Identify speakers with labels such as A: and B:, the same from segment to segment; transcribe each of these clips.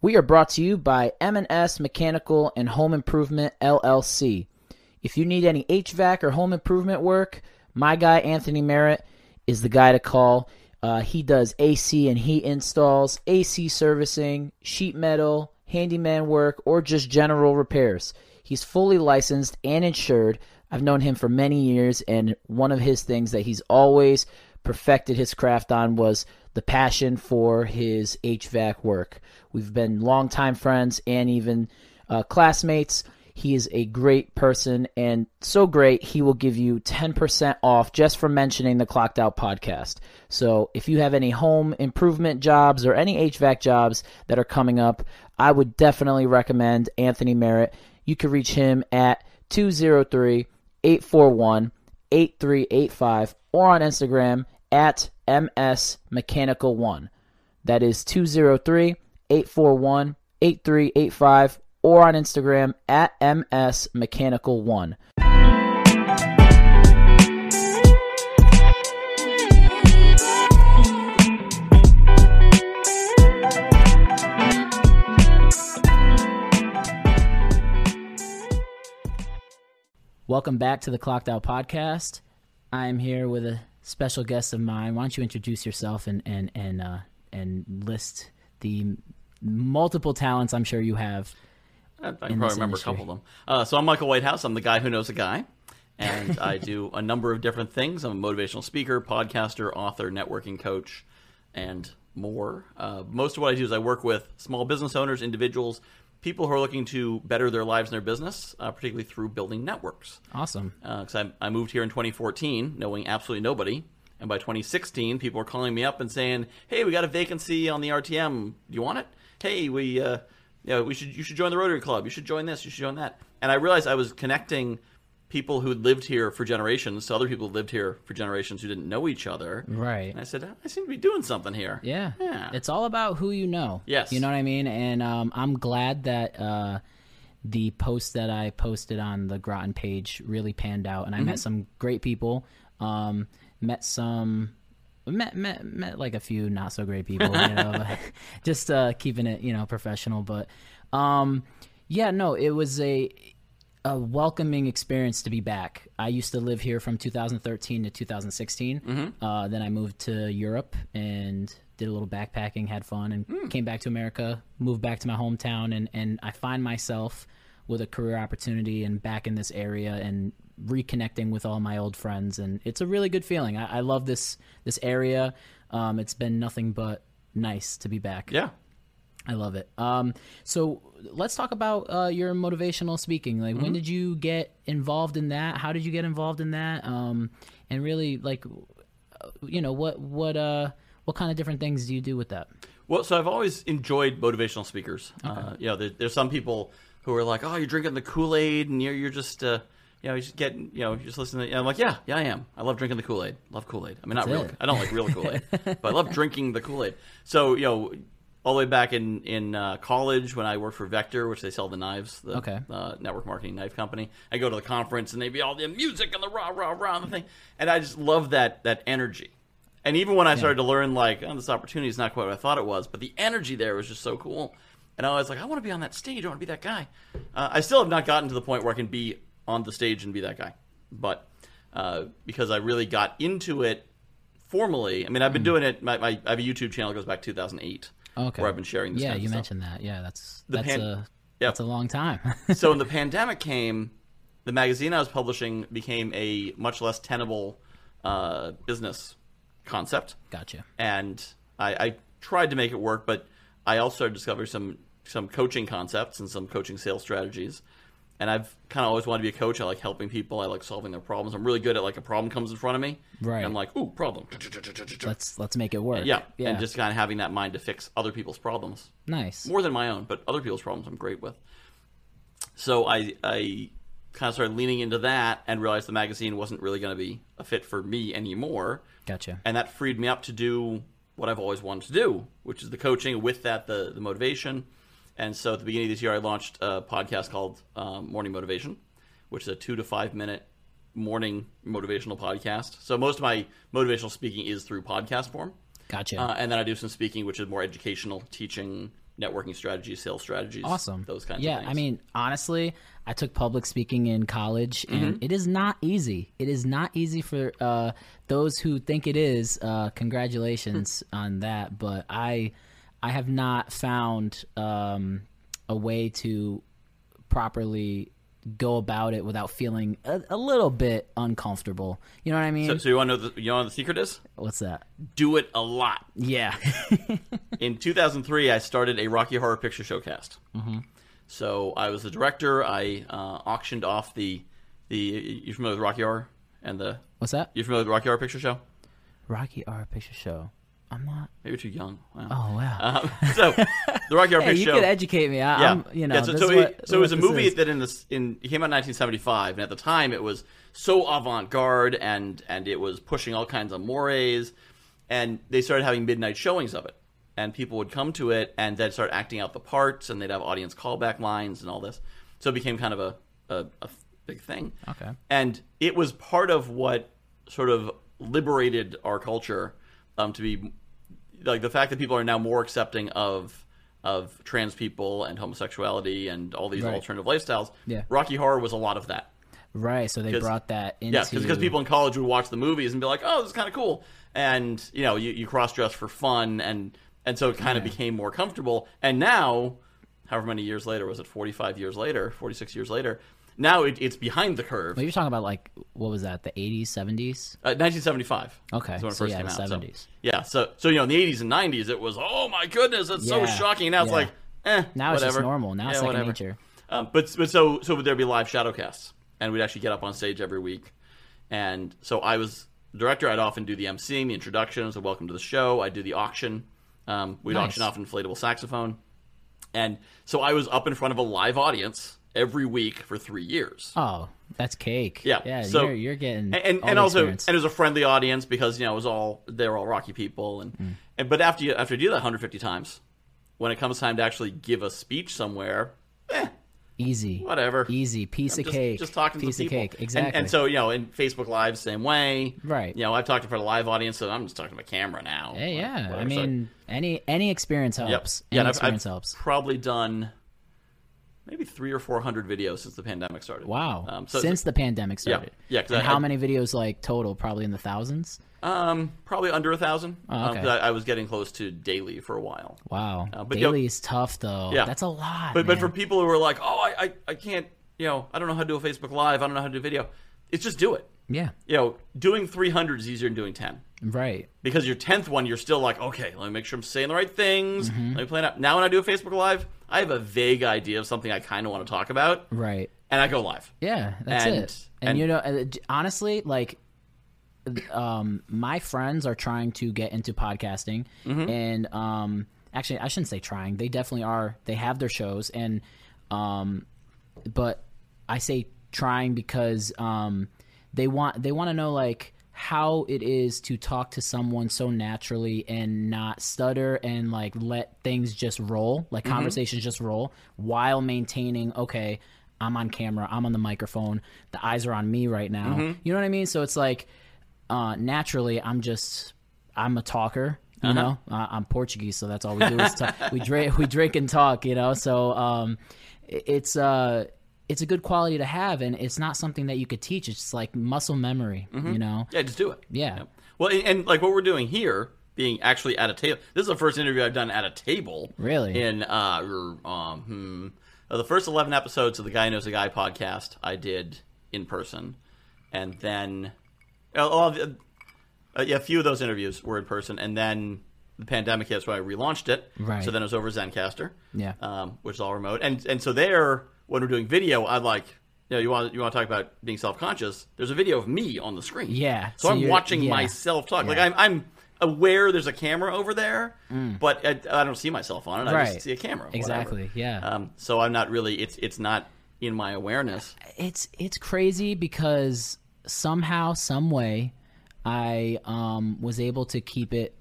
A: We are brought to you by M&S Mechanical and Home Improvement LLC. If you need any HVAC or home improvement work, my guy Anthony Merritt is the guy to call. Uh, he does AC and heat installs, AC servicing, sheet metal, handyman work, or just general repairs. He's fully licensed and insured. I've known him for many years, and one of his things that he's always perfected his craft on was the passion for his HVAC work. We've been longtime friends and even uh, classmates. He is a great person and so great, he will give you 10% off just for mentioning the Clocked Out podcast. So if you have any home improvement jobs or any HVAC jobs that are coming up, I would definitely recommend Anthony Merritt. You can reach him at 203 841 8385 or on Instagram at MS Mechanical One. That is 203 841 8385 or on Instagram at MS Mechanical One. Welcome back to the Clocked Out Podcast. I am here with a special guest of mine. Why don't you introduce yourself and and and uh, and list the multiple talents I'm sure you have.
B: I, I can
A: in
B: probably
A: this
B: remember
A: industry.
B: a couple of them. Uh, so I'm Michael Whitehouse. I'm the guy who knows a guy, and I do a number of different things. I'm a motivational speaker, podcaster, author, networking coach, and more. Uh, most of what I do is I work with small business owners, individuals, people who are looking to better their lives and their business, uh, particularly through building networks.
A: Awesome.
B: Because Uh, I, I moved here in 2014, knowing absolutely nobody. And by 2016, people were calling me up and saying, "Hey, we got a vacancy on the RTM. Do you want it? Hey, we, uh, you know, we should you should join the Rotary Club. You should join this. You should join that." And I realized I was connecting people who had lived here for generations to other people who lived here for generations who didn't know each other.
A: Right.
B: And I said, "I seem to be doing something here."
A: Yeah.
B: Yeah.
A: It's all about who you know.
B: Yes.
A: You know what I mean? And um, I'm glad that uh, the post that I posted on the Groton page really panned out, and I
B: Mm-hmm.
A: met some great people. Um, met some. Met, met met like a few not so great people, you know, just uh, keeping it you know professional. But um, yeah, no, it was a a welcoming experience to be back. I used to live here from 2013 to 2016. Uh, then I moved to Europe and did a little backpacking, had fun, and came back to America, moved back to my hometown, and, and I find myself with a career opportunity and back in this area and reconnecting with all my old friends. And it's a really good feeling. I, I love this this area. Um, it's been nothing but nice to be back.
B: Yeah.
A: I love it. Um, so let's talk about uh, your motivational speaking. Like, when did you get involved in that? How did you get involved in that? Um, and really, like, uh, you know, what what uh, what kind of different things do you do with that?
B: Well, so I've always enjoyed motivational speakers. Uh, you know, there, there's some people who are like, "Oh, you're drinking the Kool Aid, and you're you're just, uh, you know, you just getting, you know, you're just listening." To, and I'm like, "Yeah, yeah, I am. I love drinking the Kool Aid. Love Kool Aid. I mean, not real.
A: it.
B: I don't like real Kool Aid, but I love drinking the Kool Aid." So, you know, all the way back in in uh, college when I worked for Vector, which they sell the knives, the
A: Okay.
B: uh, network marketing knife company. I go to the conference, and they'd be all the music and the rah rah rah and the thing, and I just love that that energy. And even when I started to learn, like, oh, this opportunity is not quite what I thought it was, but the energy there was just so cool. And I was like, I want to be on that stage. I want to be that guy. Uh, I still have not gotten to the point where I can be on the stage and be that guy. But uh, because I really got into it formally, I mean, I've been doing it. My, my, I have a YouTube channel that goes back to 2008
A: Hmm. Oh, Okay.
B: where I've been sharing this.
A: yeah,
B: kind of
A: you
B: stuff
A: mentioned that. Yeah, that's that's
B: pan-
A: a
B: Yeah.
A: that's a long time.
B: so when the pandemic came, the magazine I was publishing became a much less tenable uh, business concept,
A: gotcha.
B: and I, I tried to make it work, but I also started discovering some some coaching concepts and some coaching sales strategies. And I've kind of always wanted to be a coach. I like helping people. I like solving their problems. I'm really good at like a problem comes in front of me.
A: Right.
B: And I'm like, ooh, problem.
A: Let's let's make it work.
B: Yeah.
A: yeah.
B: And just kind of having that mind to fix other people's problems
A: nice.
B: more than my own, but other people's problems I'm great with. So I I kind of started leaning into that and realized the magazine wasn't really going to be a fit for me anymore,
A: Gotcha.
B: and that freed me up to do what I've always wanted to do, which is the coaching. With that, the the motivation. And so at the beginning of this year, I launched a podcast called um, Morning Motivation, which is a two to five minute morning motivational podcast. So most of my motivational speaking is through podcast form.
A: Gotcha.
B: Uh, and then I do some speaking, which is more educational, teaching, networking strategies, sales strategies,
C: Awesome.
B: those kinds
A: yeah,
B: of things.
A: I mean, honestly, I took public speaking in college,
B: Mm-hmm.
A: and it is not easy. It is not easy for uh, those who think it is. Uh, congratulations
B: Hmm.
A: on that, but I, I have not found um, a way to properly go about it without feeling a, a little bit uncomfortable. You know what I mean?
B: so, so you want to know the, you know what the secret is?
A: What's that?
B: Do it a lot.
A: Yeah.
B: in 2003 i started a rocky horror picture show cast mm-hmm. so i was the director i uh, auctioned off the the you familiar with rocky horror and the
A: What's that?
B: you familiar with rocky horror picture show
A: Rocky Horror Picture Show. I'm not.
B: maybe you're too young wow.
A: Oh wow.
B: Um, so the rocky horror
A: Hey,
B: picture
A: you
B: show
A: could educate me. I, I'm, you know,
B: so,
A: this is
B: so it,
A: what-
B: so it was a
A: what this
B: movie
A: is.
B: that in this in it came out in 1975, and at the time it was so avant-garde and and it was pushing all kinds of mores, and they started having midnight showings of it, and people would come to it and they'd start acting out the parts, and they'd have audience callback lines and all this, so it became kind of a a, a big thing.
A: Okay.
B: and it was part of what sort of liberated our culture um, to be like the fact that people are now more accepting of of trans people and homosexuality and all these
A: Right.
B: alternative lifestyles.
A: Yeah.
B: Rocky Horror was a lot of that.
A: right. So they
B: 'cause-
A: brought that into.
B: Yeah, because people in college would watch the movies and be like, "Oh, this is kind of cool," and you know, you, you cross dress for fun, and and so it kind of became more comfortable. And now, however many years later, was it forty five years later, forty six years later? Now it, it's behind the curve.
A: But you're talking about like what was that? The 80s, 70s.
B: Uh, 1975.
A: Okay,
B: is when it
A: so
B: first
A: yeah,
B: came
A: the
B: out, so-
A: 70s.
B: yeah, so so you know in the 80s and 90s it was oh my goodness that's
A: Yeah,
B: so shocking. Now it's
A: yeah.
B: like eh,
A: Now it's just
B: whatever.
A: normal. Now it's
B: Yeah,
A: second
B: whatever.
A: nature.
B: Um, but but so so would there be live shadow casts and we'd actually get up on stage every week, and so I was the director. I'd often do the emceeing, the introductions, the welcome to the show. I'd do the auction. Um, we'd
A: Nice.
B: auction off an inflatable saxophone, and so I was up in front of a live audience every week for three years.
A: Oh, that's cake.
B: Yeah,
A: Yeah.
B: so-
A: you're, you're getting
B: and and,
A: all
B: and
A: the
B: also
A: experience.
B: and it was a friendly audience because you know it was all they were all Rocky people and,
A: Mm.
B: and but after you after you do that 150 times, when it comes time to actually give a speech somewhere,
A: easy.
B: whatever.
A: Easy piece of
B: just,
A: cake.
B: just talking
A: piece
B: to
A: of
B: people.
A: cake.
B: And-
A: Exactly.
B: And, so you know in Facebook Live same way,
A: Right.
B: You know I've talked in front of a live audience, so I'm just talking to a camera now.
A: Hey,
B: Like,
A: yeah. I
B: whatever. So-
A: mean, any any experience helps.
B: Yep. Yeah,
A: Any
B: and I've, I've
A: experience helps.
B: probably done maybe three or four hundred videos since the pandemic started.
A: Wow.
B: Um, so
A: Since the pandemic started.
B: Yeah, 'cause
A: And
B: I-
A: how
B: I-
A: many videos like total? Probably in the thousands.
B: um, probably under a thousand.
A: Oh, okay.
B: um, 'cause I, I was getting close to daily for a while.
A: Wow.
B: Uh, but, you know-
A: Daily is tough though.
B: Yeah.
A: That's a lot.
B: But
A: man.
B: but for people who are like, oh, I, I I can't, you know, I don't know how to do a Facebook Live. I don't know how to do video. It's just do it.
A: yeah.
B: You know, doing 300 is easier than doing 10
A: Right.
B: because your 10th one, you're still like, okay, let me make sure I'm saying the right things.
A: Mm-hmm.
B: Let me plan out. Now when I do a Facebook Live, I have a vague idea of something I kind of want to talk about,
A: Right.
B: and I go live.
A: Yeah, that's
B: And-
A: it. And,
B: and-
A: you know, uh, j- honestly, like, um, my friends are trying to get into podcasting, and um, actually, I shouldn't say trying. They definitely are. They have their shows, and um, but I say trying because um, they want they want to know like how it is to talk to someone so naturally and not stutter and like let things just roll, like conversations just roll while maintaining okay, I'm on camera, I'm on the microphone, the eyes are on me right now. You know what I mean? So it's like uh, naturally I'm just I'm a talker. You know, uh, I'm Portuguese, so that's all we do is talk. we drink, we drink and talk. You know, so um, i- it's uh, it's a good quality to have, and it's not something that you could teach. It's just like muscle memory. You know,
B: Yeah, just do it.
A: Yeah.
B: Well, and, and like what we're doing here, being actually at a table. This is the first interview I've done at a table.
A: Really?
B: In uh, er, um, hmm, uh, the first eleven episodes of the Guy Who Knows a Guy podcast, I did in person, and then uh, all the, uh, yeah, a few of those interviews were in person, and then the pandemic hit, so I relaunched it.
A: Right.
B: So then it was over ZenCaster.
A: Yeah.
B: Um, which is all remote, and and so there, when we're doing video, I like. You know, you want you want to talk about being self conscious. There's a video of me on the screen.
A: Yeah, so
B: So, I'm
A: you're-
B: watching
A: yeah.
B: myself talk. Like
A: Yeah. Mm.
B: I'm, I'm aware there's a camera over there, but I, I don't see myself on it. I
A: Right.
B: just see a camera. whatever.
A: exactly. Yeah,
B: Um, so I'm not really. It's it's not in my awareness.
A: it's it's crazy because somehow, some way, I um, was able to keep it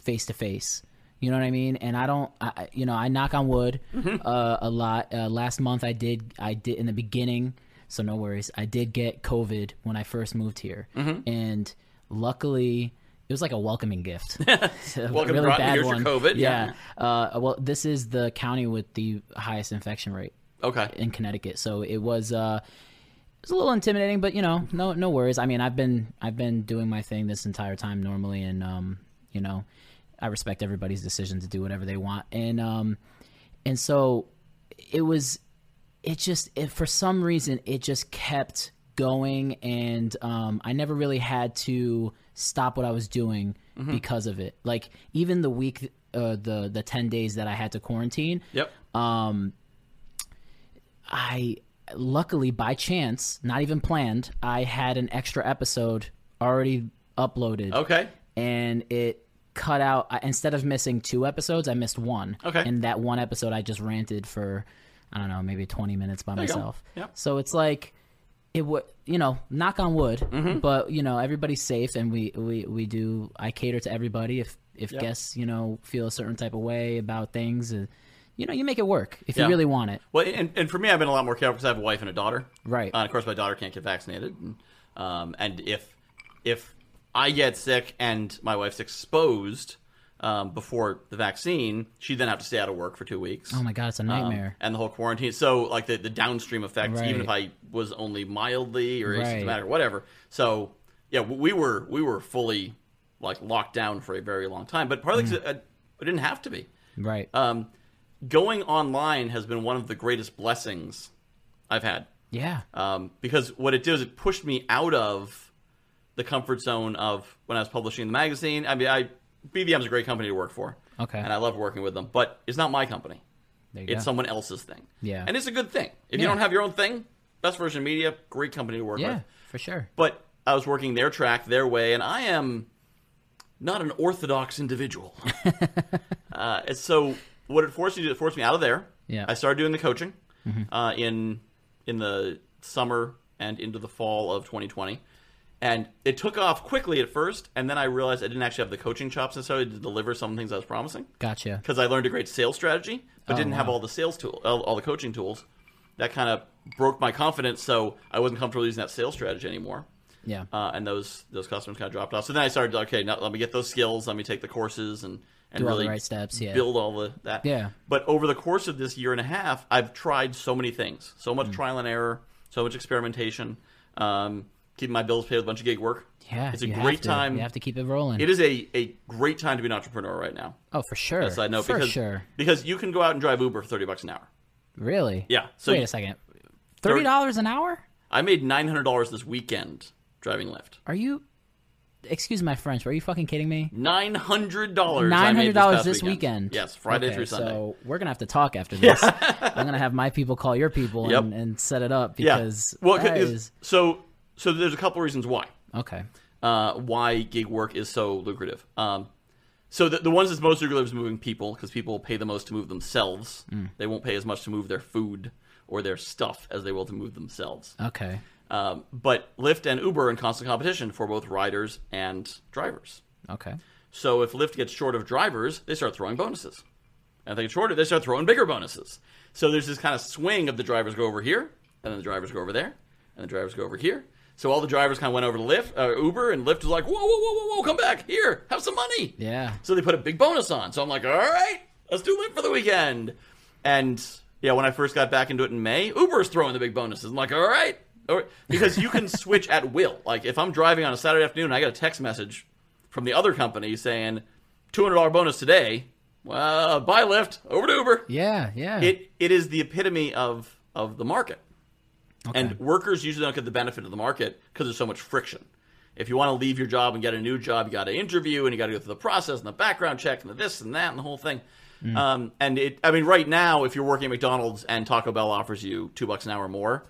A: face to face. You know what I mean? And I don't, I, I- you know, I knock on wood
B: Mm-hmm.
A: uh, a lot. Uh, last month, I did, I did in the beginning, so
B: Mm-hmm.
A: no worries. I did get COVID when I first moved here, and luckily, it was like a welcoming gift. A
B: Welcome, Rodney, here's your COVID, yeah.
A: Yeah. Uh, well, this is the county with the highest infection rate
B: Okay.
A: in Connecticut, so it was uh, it was a little intimidating, but you know, no no worries. I mean, I've been I've been doing my thing this entire time normally, and um, you know, I respect everybody's decision to do whatever they want, and um, and so it was it just it, for some reason it just kept going and um, i never really had to stop what i was doing because of it like even the week uh, the the 10 days that i had to quarantine
B: Yep.
A: uh, i luckily by chance not even planned i had an extra episode already uploaded
B: Okay.
A: and it cut out I, instead of missing two episodes i missed one
B: Okay.
A: and that one episode i just ranted for i don't know maybe 20 minutes by
B: you go.
A: myself
B: Yep.
A: so it's like it would you know knock on wood
B: Mm-hmm.
A: but you know everybody's safe and we we we do i cater to everybody if if guests you know feel a certain type of way about things uh, you know you make it work if
B: Yeah.
A: you really want it
B: Well, and, and for me, I've been a lot more careful because I have a wife and a daughter.
A: Right.
B: Uh, and of course, my daughter can't get vaccinated. And, um, and if if I get sick and my wife's exposed um, before the vaccine, she then have to stay out of work for two weeks.
A: oh my god it's a
B: Um,
A: nightmare
B: and the whole quarantine. So, like the, the downstream effects, even if I was only mildly or
A: Right.
B: asymptomatic or whatever. So, yeah, w- we were we were fully like locked down for a very long time. But partly
A: Hmm.
B: 'cause I, I didn't have to be
A: right
B: um, going online has been one of the greatest blessings I've had
A: yeah
B: um, because what it did is it pushed me out of the comfort zone of when I was publishing the magazine. I mean, I BVM is a great company to work for,
A: Okay.
B: and I love working with them, but it's not my company;
A: there you
B: it's
A: go.
B: someone else's thing.
A: Yeah.
B: and it's a good thing. If you
A: Yeah.
B: don't have your own thing, best version of media, great company to work
A: yeah
B: with.
A: for sure
B: But I was working their track, their way, and I am not an orthodox individual. uh, and so, what it forced me to do, it forced me out of there.
A: Yeah. Mm-hmm.
B: I started doing the coaching uh, in in the summer and into the fall of 2020, and it took off quickly at first. And then I realized I didn't actually have the coaching chops necessarily to deliver some things I was promising
A: gotcha
B: because I learned a great sales strategy,
A: Oh,
B: but didn't have all the sales tool, all, all the coaching tools. That kind of broke my confidence, so I wasn't comfortable using that sales strategy anymore.
A: yeah
B: Uh, and those those customers kind of dropped off. So then I started okay, now let me get those skills. Let me take the courses and and
A: Do all the
B: really
A: right steps, yeah.
B: build all the that.
A: Yeah.
B: But over the course of this year and a half, I've tried so many things, so much
A: Mm.
B: trial and error, so much experimentation. Um, keeping my bills paid with a bunch of gig work.
A: yeah
B: it's a
A: you have
B: great
A: to.
B: time.
A: you have to keep it rolling
B: It is a a great time to be an entrepreneur right now.
A: oh for sure
B: Yes, I know
A: for
B: because
A: sure
B: because you can go out and drive Uber for thirty bucks an hour.
A: Really?
B: Yeah, so
A: Wait
B: you-
A: a second. Thirty dollars an hour?
B: I made nine hundred dollars this weekend driving Lyft.
A: Are you? Excuse my French. But are you fucking kidding me?
B: Nine hundred dollars.
A: Nine hundred dollars this,
B: weekend.
A: weekend.
B: Yes, Friday
A: Okay,
B: through Sunday.
A: So we're gonna have to talk after this. I'm gonna have my people call your people
B: Yep.
A: and, and set it up
B: yeah.
A: because
B: well,
A: that
B: 'cause-
A: is-
B: so so there's a couple reasons why
A: okay.
B: uh, why gig work is so lucrative. Um, so the, the ones that's most lucrative is moving people because people pay the most to move themselves.
A: Mm.
B: They won't pay as much to move their food or their stuff as they will to move themselves.
A: Okay.
B: Um, but Lyft and Uber are in constant competition for both riders and drivers.
A: Okay.
B: So if Lyft gets short of drivers, they start throwing bonuses. And if they get shorter, they start throwing bigger bonuses. So there's this kind of swing of the drivers go over here, and then the drivers go over there, and the drivers go over here. So all the drivers kind of went over to Lyft, uh, Uber, and Lyft was like, whoa, whoa, whoa, whoa, whoa, come back here, have some money.
A: Yeah.
B: So they put a big bonus on. So I'm like, all right, let's do Lyft for the weekend. And yeah, when I first got back into it in May, Uber's throwing the big bonuses. I'm like, all right. All right. Because you can switch at will. Like if I'm driving on a Saturday afternoon, I got a text message from the other company saying $200 bonus today. Well, buy Lyft over to Uber.
A: Yeah. Yeah.
B: It it is the epitome of of the market. And workers usually don't get the benefit of the market because there's so much friction. If you want to leave your job and get a new job, you got to interview and you got to go through the process and the background check and the this and that and the whole thing.
A: Mm.
B: Um, and it, I mean, right now, if you're working at McDonald's and Taco Bell offers you two bucks an hour more,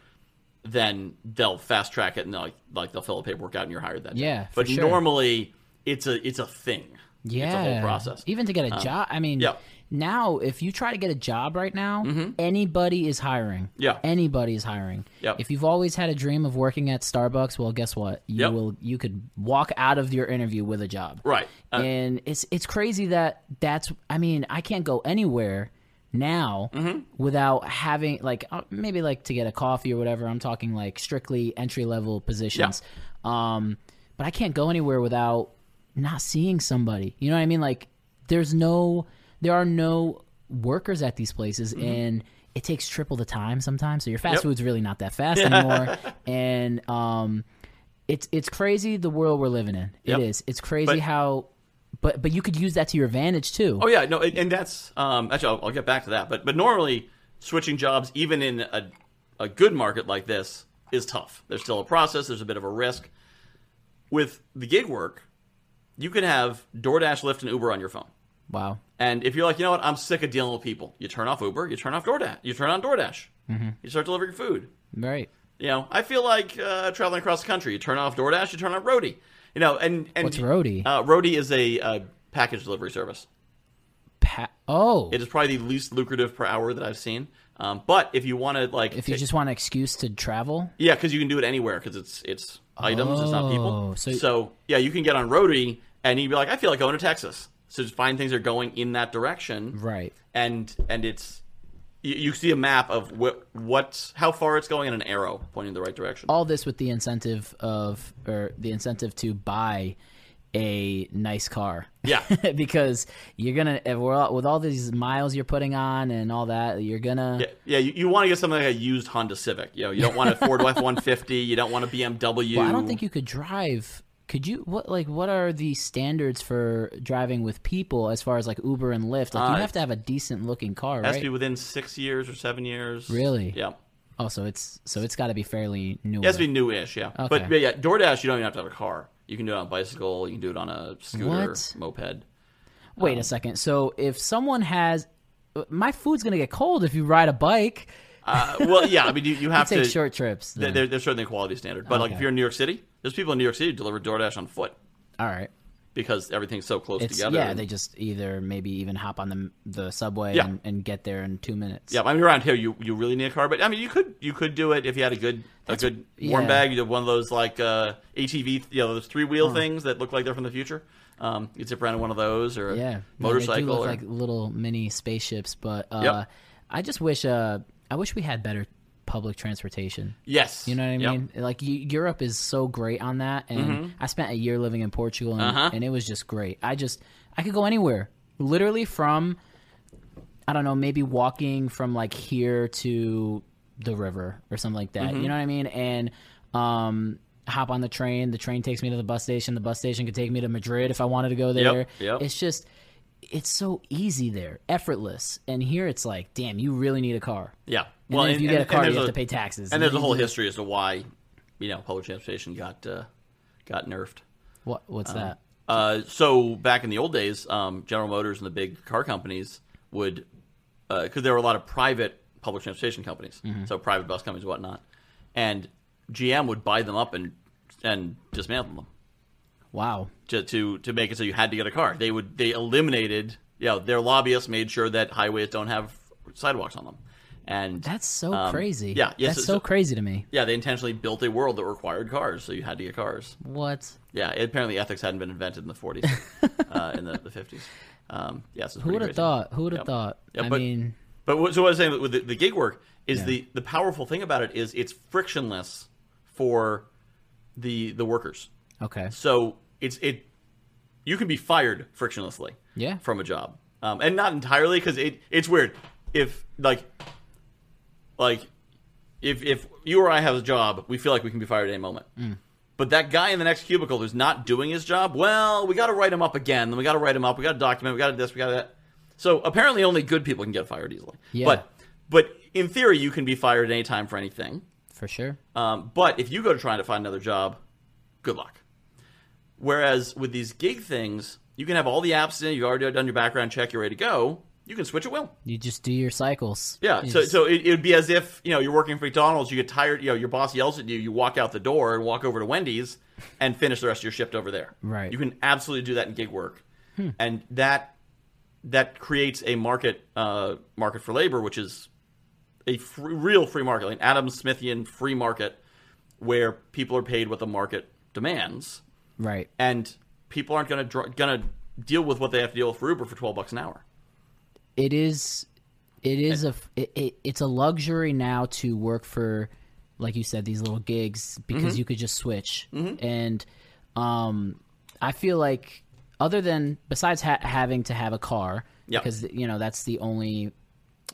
B: then they'll fast track it and they'll, like like they'll fill the paperwork out and you're hired that day.
A: Yeah, for
B: but
A: sure.
B: normally it's a it's a thing.
A: yeah.
B: it's a whole process. Um,
A: Even to get a job. I mean.
B: yeah. Mm-hmm.
A: Now, if you try to get a job right now, anybody is hiring.
B: Yeah.
A: anybody is hiring.
B: Yep.
A: If you've always had a dream of working at Starbucks, well, guess what? You
B: Yep.
A: will. You could walk out of your interview with a job.
B: right. Uh,
A: and it's it's crazy that that's. I mean, I can't go anywhere now
B: Mm-hmm.
A: without having like uh, maybe like to get a coffee or whatever. I'm talking like strictly entry level positions. Um, but I can't go anywhere without not seeing somebody. You know what I mean? Like there's no there are no workers at these places and it takes triple the time sometimes. So your fast
B: Mm-hmm. Yep.
A: food's really not that fast anymore. And um it's it's crazy the world we're living in.
B: Yep.
A: It is. It's crazy
B: But-
A: how but but you could use that to your advantage too.
B: Oh yeah, no, and and that's um, actually I'll, I'll get back to that. But but normally switching jobs, even in a a good market like this, is tough. There's still a process. There's a bit of a risk. With the gig work, you can have DoorDash, Lyft, and Uber on your phone.
A: Wow.
B: And if you're like, you know what, I'm sick of dealing with people. You turn off Uber. You turn off DoorDash. You turn on DoorDash.
A: Mm-hmm.
B: You start delivering food.
A: Right.
B: You know, I feel like uh, traveling across the country. You turn off DoorDash. You turn on Roadie. You know, and and
A: What's Roadie?
B: Uh, Roadie is a uh, package delivery service.
A: Pa- oh.
B: It is probably the least lucrative per hour that I've seen. Um, but if you want to, like,
A: if you
B: ta-
A: just want an excuse to travel,
B: yeah, because you can do it anywhere because it's it's items, it's not people.
A: Oh, so-
B: yeah, you can get on Roadie and you'd be like, I feel like going to Texas. So just find things that are going in that direction,
A: right.
B: and and it's you, you see a map of what what's how far it's going and an arrow pointing the right direction.
A: all this with the incentive of or the incentive to buy a nice car
B: Yeah.
A: because you're gonna if we're all, with all these miles you're putting on and all that you're gonna
B: Yeah, yeah, you, you want to get something like a used Honda Civic. You know, you don't want a Ford F one fifty. You don't want a BMW.
A: well, i don't think you could drive could you what like what are the standards for driving with people as far as like uber and lyft like
B: Uh,
A: you have to have a decent looking car
B: has to be
A: right
B: within six years or seven years.
A: Really?
B: Yeah.
A: oh so it's so it's got to be fairly new
B: It has to be new-ish, yeah. But,
A: Okay.
B: but yeah, DoorDash, you don't even have to have a car. You can do it on a bicycle. You can do it on a scooter,
A: What?
B: moped.
A: wait a
B: um,
A: second so if someone has my food's gonna get cold if you ride a bike
B: Uh, well, yeah, I mean, you, you have
A: take
B: to.
A: short trips
B: there,
A: then.
B: there- there's certainly a quality standard, but like if
A: Okay.
B: you're in New York City, there's people in New York City who deliver DoorDash on foot
A: all right
B: because everything's so close
A: It's,
B: together.
A: yeah,
B: And-
A: they just either maybe even hop on the the subway
B: Yeah.
A: and, and get there in two minutes.
B: yeah. I mean, around here, you, you really need a car, but I mean, you could you could do it if you had a good a good warm
A: yeah.
B: bag. You have one of those like uh, ATV, you know, those three wheel things that look like they're from the future. Um, you zip around in one of those or a
A: yeah. No,
B: motorcycle.
A: they do look
B: or,
A: like little mini spaceships, but uh,
B: Yep.
A: I just wish uh, I wish we had better public transportation.
B: yes,
A: You know what I
B: Yep. Mm-hmm.
A: mean? Like Eu- Europe is so great on that, and I spent a year living in Portugal, and,
B: Uh-huh.
A: and it was just great. I just I could go anywhere, literally from I don't know, maybe walking from like here to the river or something like that.
B: Mm-hmm.
A: You know what I mean? And um, hop on the train. The train takes me to the bus station. The bus station could take me to Madrid if I wanted to go there.
B: yep.
A: It's just it's so easy there, effortless. And here it's like, damn, you really need a car.
B: Yeah.
A: And then if you get a car,
B: there's
A: you have
B: a-
A: to pay taxes. then
B: And there's a
A: you
B: whole
A: do-
B: history as to why, you know, public transportation got uh, got nerfed.
A: What? What's that?
B: Uh, so back in the old days, um, General Motors and the big car companies would, because there were a lot of private public transportation companies, so private bus companies, and whatnot, and GM would buy them up and and dismantle them
A: Wow.
B: to to, to make it so you had to get a car. They would they eliminated, you know, their lobbyists made sure that highways don't have sidewalks on them, and
A: That's so
B: um,
A: crazy.
B: Yeah, yeah,
A: That's so, crazy to me.
B: Yeah, they intentionally built a world that required cars, so you had to get cars.
A: What?
B: Yeah, apparently ethics hadn't been invented in the 40s, uh, in the, the 50s. Um, yeah, so it's
A: Who
B: pretty
A: would have
B: crazy.
A: thought? Who would have
B: Yep.
A: thought?
B: Yeah,
A: I
B: but-
A: mean,
B: But what, so what I was saying with the, the gig work is
A: Yeah.
B: the, the powerful thing about it is it's frictionless for the the workers.
A: okay.
B: So it's it you can be fired frictionlessly.
A: Yeah.
B: From a job, um, and not entirely because it it's weird if like like if if you or I have a job, we feel like we can be fired at any moment.
A: Mm.
B: But that guy in the next cubicle who's not doing his job, well, we got to write him up again. Then we got to write him up. We got to document. We got to this. We got to that. So apparently, only good people can get fired easily.
A: Yeah.
B: But but in theory, you can be fired at any time for anything.
A: For sure.
B: Um, but if you go to trying to find another job, good luck. Whereas with these gig things, you can have all the apps in. You've already done your background check. You're ready to go. You can switch at will.
A: You just do your cycles.
B: Yeah.
A: You
B: So
A: just-
B: so it, it'd be as if you know you're working for McDonald's. You get tired. You know your boss yells at you. You walk out the door and walk over to Wendy's and finish the rest of your shift over there.
A: Right. Hmm.
B: You can absolutely do that in gig work, and that that creates a market uh, market for labor, which is a free, real free market, like an Adam Smithian free market, where people are paid what the market demands,
A: right.
B: and people aren't going to going to deal with what they have to deal with for Uber for twelve bucks an hour.
A: It is. It is a. f- It, it, it's a luxury now to work for, like you said, these little
B: Mm-hmm.
A: gigs because you could just switch and, um, I feel like other than besides ha- having to have a car
B: Yep.
A: because you know that's the only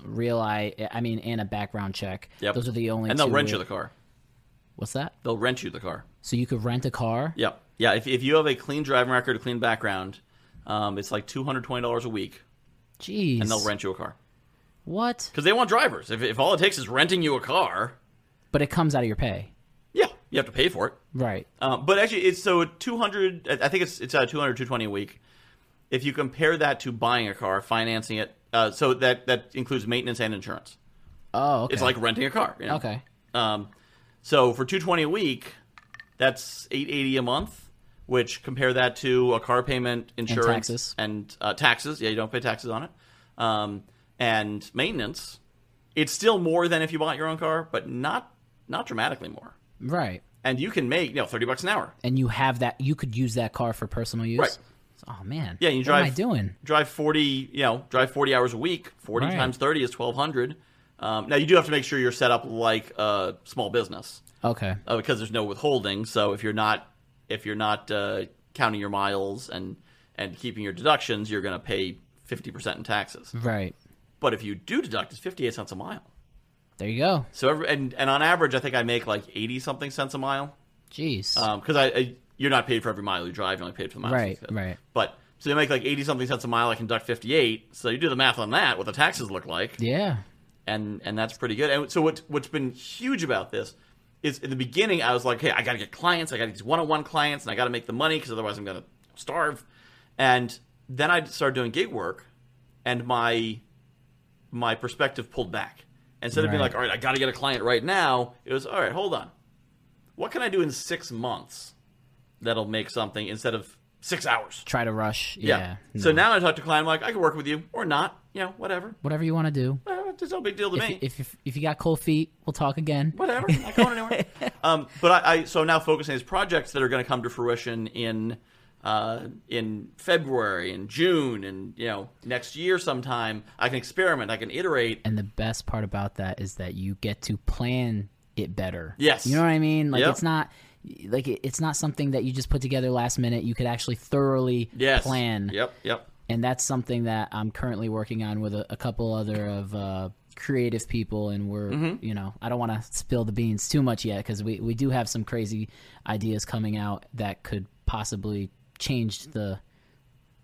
A: real I I mean and a background check.
B: Yep.
A: Those are the only
B: and they'll
A: two
B: rent
A: real-
B: you the car.
A: What's that?
B: They'll rent you the car.
A: So you could rent a car.
B: Yeah, yeah. If, if you have a clean driving record, a clean background, um, it's like two hundred twenty dollars a week,
A: Jeez.
B: and they'll rent you a car
A: What?
B: because they want drivers. If, if all it takes is renting you a car,
A: But it comes out of your pay.
B: yeah, you have to pay for it.
A: Right.
B: Um, but actually, it's so two hundred. I I think it's it's uh, 200, 220 a week. If you compare that to buying a car, financing it, uh, so that that includes maintenance and insurance.
A: Oh, okay.
B: It's like renting a car. you know?
A: okay.
B: Um, so for two twenty a week, that's eight eighty a month. Which compare that to a car payment, insurance,
A: taxes.
B: and, uh, taxes. Yeah, you don't pay taxes on it, um, and maintenance. It's still more than if you bought your own car, but not not dramatically more.
A: Right.
B: And you can make you know thirty bucks an hour.
A: And you have that. You could use that car for personal use.
B: Right.
A: Oh man.
B: Yeah, you
A: what
B: drive.
A: Am I doing?
B: Drive forty. You know, drive forty hours a week. Forty
A: Right.
B: times thirty is twelve hundred. Um, now you do have to make sure you're set up like a small business.
A: Okay.
B: uh, because there's no withholding. So if you're not if you're not uh, counting your miles and and keeping your deductions, you're going to pay fifty percent in taxes.
A: Right.
B: But if you do deduct, it's fifty eight cents a mile.
A: There you go.
B: So every, and and on average, I think I make like eighty something cents a mile
A: Jeez.
B: because I, I you're not paid for every mile you drive. You're only paid for the miles.
A: Right,
B: you-
A: right.
B: But so you make like eighty something cents a mile. I can deduct fifty eight. So you do the math on that. What the taxes look like
A: yeah.
B: and and that's pretty good. And so what what's been huge about this is in the beginning I was like, hey, I got to get clients, I got to get these one-on-one clients, and I got to make the money because otherwise I'm gonna starve. And then I started doing gig work, and my my perspective pulled back. Instead of being
A: Right.
B: like, all right, I got to get a client right now, it was all right. Hold on, what can I do in six months that'll make something instead of six hours?
A: Try to rush.
B: Yeah.
A: Yeah.
B: So
A: no.
B: now I talk to a client, I'm like, I can work with you or not, you know, whatever.
A: whatever you want to do.
B: Eh, It's no big deal to me.
A: If, if if you got cold feet, we'll talk again.
B: whatever. Not going anywhere. um, but I, I so I'm now focusing on these projects that are going to come to fruition in uh, in February and June and you know next year sometime. I can experiment. I can iterate.
A: And the best part about that is that you get to plan it better.
B: Yes.
A: You know what I mean? Like
B: Yep.
A: it's not like it, it's not something that you just put together last minute. You could actually thoroughly
B: Yes.
A: plan.
B: Yep. Yep.
A: And that's something that I'm currently working on with a, a couple other of uh, creative people, and we're
B: Mm-hmm.
A: you know I don't want to spill the beans too much yet because we we do have some crazy ideas coming out that could possibly change the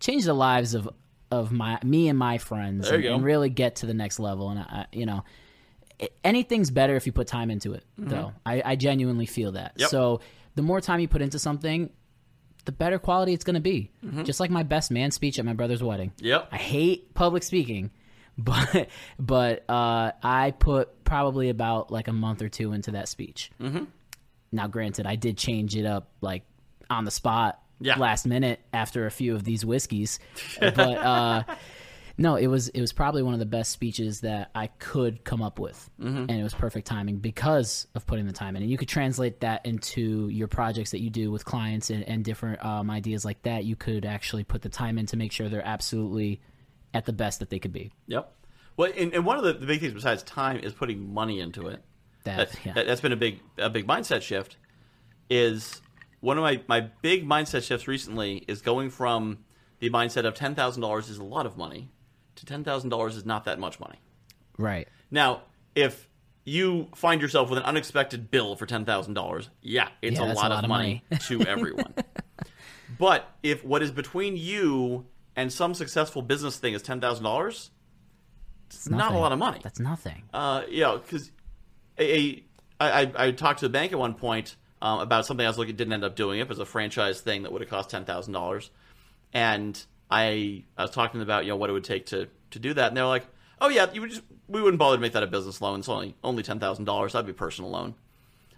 A: change the lives of of my me and my friends
B: There
A: and,
B: you go.
A: and really get to the next level and I, I- you know i- anything's better if you put time into it though I, I genuinely feel that
B: Mm-hmm. Yep.
A: so the more time you put into something the better quality it's going to be
B: Mm-hmm.
A: just like my best man speech at my brother's wedding
B: Yep.
A: i hate public speaking but but uh, i put probably about like a month or two into that speech now, granted, I did change it up like on the spot,
B: Yeah.
A: last minute after a few of these whiskeys, but uh, no, it was it was probably one of the best speeches that I could come up with,
B: Mm-hmm.
A: and it was perfect timing because of putting the time in. And you could translate that into your projects that you do with clients and, and different um, ideas like that. You could actually put the time in to make sure they're absolutely at the best that they could be.
B: Yep. Well, and, and one of the, the big things besides time is putting money into it.
A: That,
B: That,
A: yeah.
B: that, has been a big a big mindset shift. Is one of my my big mindset shifts recently is going from the mindset of ten thousand dollars is a lot of money to ten thousand dollars is not that much money.
A: right,
B: Now, if you find yourself with an unexpected bill for ten thousand dollars, yeah, it's
A: Yeah,
B: a,
A: that's
B: lot of money, to everyone. But if what is between you and some successful business thing is ten thousand dollars, it's not a
A: nothing.
B: lot of money.
A: that's nothing.
B: Uh, you know, because a, a, I, I I talked to the bank at one point um, about something I was looking didn't end up doing it. It was a franchise thing that would have cost ten thousand dollars, and I I was talking about you know what it would take to to do that, and they're like, oh yeah, you would just we wouldn't bother to make that a business loan. It's only only ten thousand dollars. That'd be a personal loan.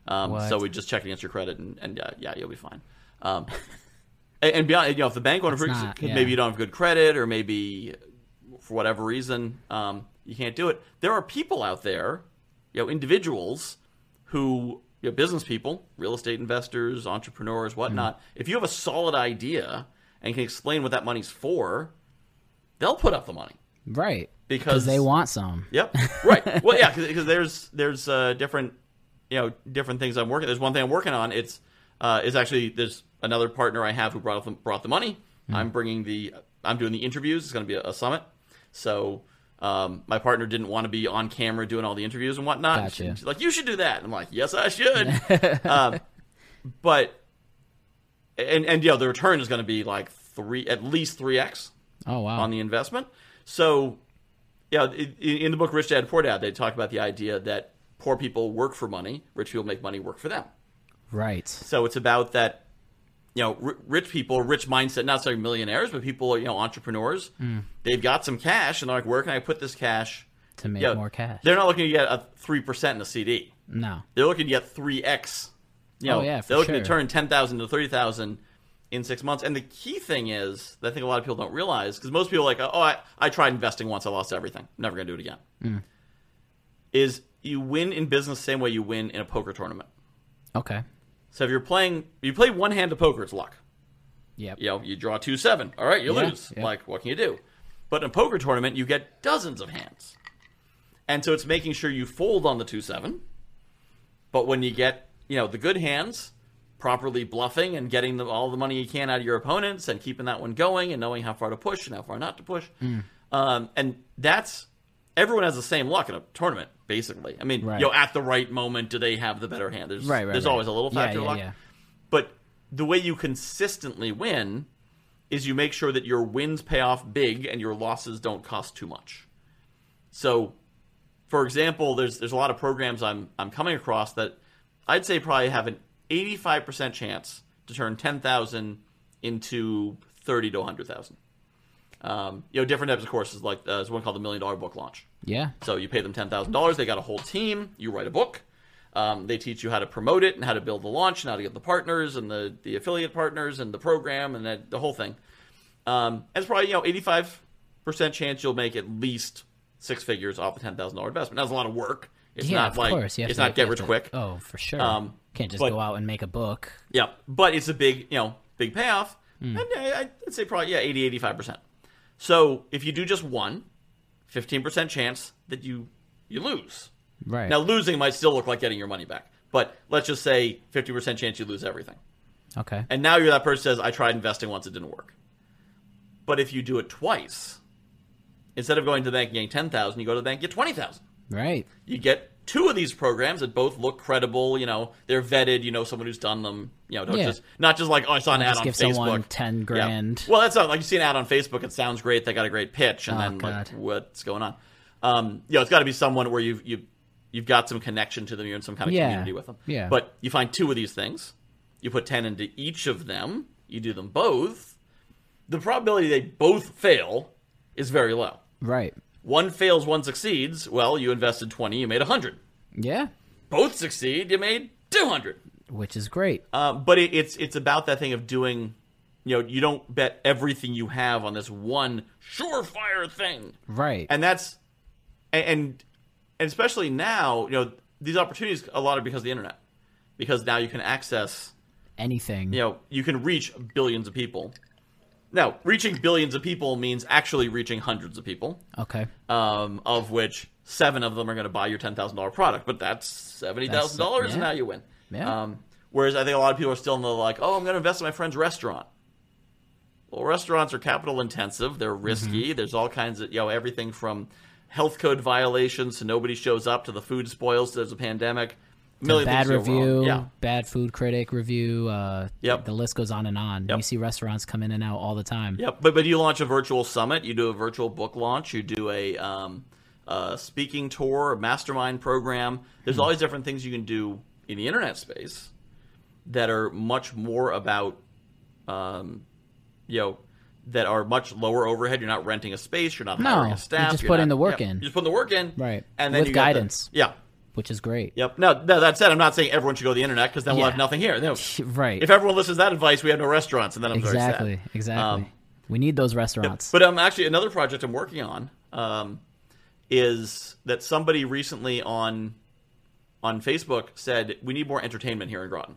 B: Um, so
A: What?
B: we just check against your credit, and, and uh, yeah, you'll be fine. Um, and, and beyond, you know, if the bank wanted to,
A: That's not- yeah.
B: maybe you don't have good credit, or maybe for whatever reason um, you can't do it. There are people out there, you know, individuals who, you know, business people, real estate investors, entrepreneurs, whatnot.
A: Mm-hmm.
B: If you have a solid idea and can explain what that money's for, they'll put up the money.
A: Right,
B: Because-
A: they want some.
B: Yep. Right. well, yeah, because there's there's uh, different you know different things I'm working. There's one thing I'm working on. It's uh, is actually there's another partner I have who brought up the, brought the money. I'm bringing the I'm doing the interviews. It's going to be a, a summit. So um, my partner didn't want to be on camera doing all the interviews and whatnot.
A: Gotcha.
B: She- she's like, you should do that. And I'm like, yes, I should. um, but and and yeah, the return is going to be like three at least three x
A: Oh wow.
B: on the investment. So, yeah, i- i- in the book Rich Dad Poor Dad, they talk about the idea that poor people work for money, rich people make money work for them.
A: right.
B: So it's about that, you know, r- rich people, rich mindset, not necessarily millionaires, but people, you know, entrepreneurs,
A: Mm.
B: they've got some cash and they're like, where can I put this cash?
A: To make
B: Yeah,
A: more cash.
B: They're not looking to get a 3% in a CD.
A: No.
B: They're looking to get 3X. You
A: Oh,
B: know,
A: yeah, for
B: they're looking
A: sure.
B: to turn 10,000 to 30,000 in six months. And the key thing is, that I think a lot of people don't realize, because most people are like, oh, I, I tried investing once, I lost everything. never going to do it again.
A: Hmm.
B: Is you win in business the same way you win in a poker tournament.
A: Okay.
B: So if you're playing, you play one hand of poker, it's luck.
A: Yep.
B: You know, you draw two seven. All right, you
A: Yeah,
B: lose.
A: yeah.
B: Like, what can you do? But in a poker tournament, you get dozens of hands, and so it's making sure you fold on the two seven. But when you get, you know, the good hands, properly bluffing and getting the, all the money you can out of your opponents and keeping that one going and knowing how far to push and how far not to push,
A: Mm.
B: um, and that's everyone has the same luck in a tournament, basically. I mean,
A: Right.
B: you know, at the right moment, do they have the better hand? There's,
A: Right, right,
B: there's
A: right.
B: always a little
A: Yeah,
B: factor of
A: yeah,
B: luck.
A: yeah.
B: But the way you consistently win is you make sure that your wins pay off big and your losses don't cost too much. So, for example, there's there's a lot of programs I'm I'm coming across that I'd say probably have an 85% chance to turn 10,000 into 30 to 100,000. Um, you know, different types of courses like uh, there's one called the Million Dollar Book Launch.
A: Yeah.
B: So you pay them ten thousand dollars. They got a whole team. You write a book. Um, they teach you how to promote it and how to build the launch and how to get the partners and the, the affiliate partners and the program and that, the whole thing. Um, and it's probably you know eighty five percent chance you'll make at least six figures off the ten thousand dollar investment. That's a lot of work. It's
A: yeah,
B: not
A: of
B: like
A: course. You have
B: it's
A: to-
B: not
A: you
B: get
A: have
B: rich
A: to-
B: quick.
A: Oh, for sure.
B: Um,
A: Can't just
B: but-
A: go out and make a book.
B: Yeah, but it's a big, you know, big payoff.
A: Hmm.
B: And uh, I, I'd say probably, yeah, 80, 85%. So if you do just one, 15% chance that you you lose.
A: Right.
B: Now, losing might still look like getting your money back, but let's just say 50% chance you lose everything.
A: Okay.
B: And now you're that person who says, I tried investing once, it didn't work. But if you do it twice, instead of going to the bank and getting 10,000, you go to the bank and get 20,000
A: Right.
B: you get two of these programs that both look credible. You know, they're vetted. You know, someone who's done them. You know, don't
A: Yeah.
B: just not just like oh, I saw an ad
A: Just
B: on
A: give
B: Facebook.
A: someone ten
B: Yeah.
A: grand.
B: Well, that's not like you see an ad on Facebook. It sounds great. They got a great pitch, and
A: Oh,
B: then like,
A: God.
B: what's going on? Um, you know, it's got to be someone where you've you you've got some connection to them. You're in some kind of
A: Yeah.
B: community with them.
A: Yeah.
B: But you find two of these things. You put ten into each of them. You do them both. The probability they both fail is very low.
A: Right.
B: One fails, one succeeds. Well, you invested twenty, you made hundred
A: Yeah.
B: both succeed, you made 200.
A: Which is great.
B: Uh, but it, it's it's about that thing of doing, you know, you don't bet everything you have on this one surefire thing,
A: Right.
B: and that's and and especially now, you know, these opportunities a lot are because of the internet, because now you can access,
A: Anything.
B: you know, you can reach billions of people. Now, reaching billions of people means actually reaching hundreds of people
A: Okay.
B: um, of which seven of them are going to buy your ten thousand dollar product. But that's seventy thousand
A: That's-
B: dollars, and
A: yeah.
B: now you win.
A: Yeah.
B: Um, whereas I think a lot of people are still in the like, oh, I'm going to invest in my friend's restaurant. Well, restaurants are capital intensive. They're
A: Mm-hmm.
B: risky. There's all kinds of you know everything from health code violations to nobody shows up to the food spoils. To there's a pandemic. A million
A: bad
B: things go wrong.
A: review,
B: Yeah.
A: bad food critic review. Uh,
B: Yep.
A: The list goes on and on. You see restaurants come in and out all the time.
B: Yep. But but you launch a virtual summit, you do a virtual book launch, you do a um, uh, speaking tour, a mastermind program. There's
A: Hmm.
B: all these different things you can do in the internet space that are much more about, um, you know, that are much lower overhead. You're not renting a space. You're not
A: No,
B: hiring
A: you
B: a staff.
A: just
B: you're
A: put in
B: not-
A: the work
B: yeah,
A: in.
B: You just put in the work in.
A: Right.
B: And then
A: With
B: you got the-
A: guidance.
B: yeah.
A: Which is great.
B: Yep. No, no. That said, I'm not saying everyone should go to the internet because then we'll
A: Yeah.
B: have nothing here. No.
A: Right.
B: If everyone listens to that advice, we have no restaurants, and then I'm very sad.
A: exactly. Exactly.
B: Um,
A: we need those restaurants.
B: But um, actually, another project I'm working on um, is that somebody recently on on Facebook said we need more entertainment here in Groton.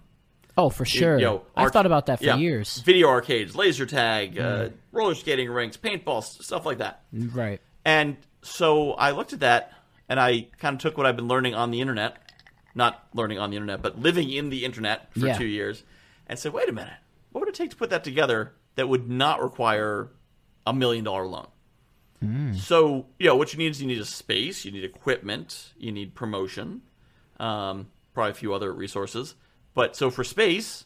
A: oh, for sure.
B: You know,
A: I've
B: arc-
A: thought about that for
B: yeah,
A: years. Hmm.
B: Video arcades, laser tag, uh, roller skating rinks, paintball, s- stuff like that.
A: Right.
B: And so I looked at that and I kind of took what I've been learning on the internet, not learning on the internet, but living in the internet for
A: Yeah.
B: two years, and said, wait a minute, what would it take to put that together that would not require a million dollar loan. So, you know, what you need is you need a space, you need equipment, you need promotion, um, probably a few other resources. But so for space,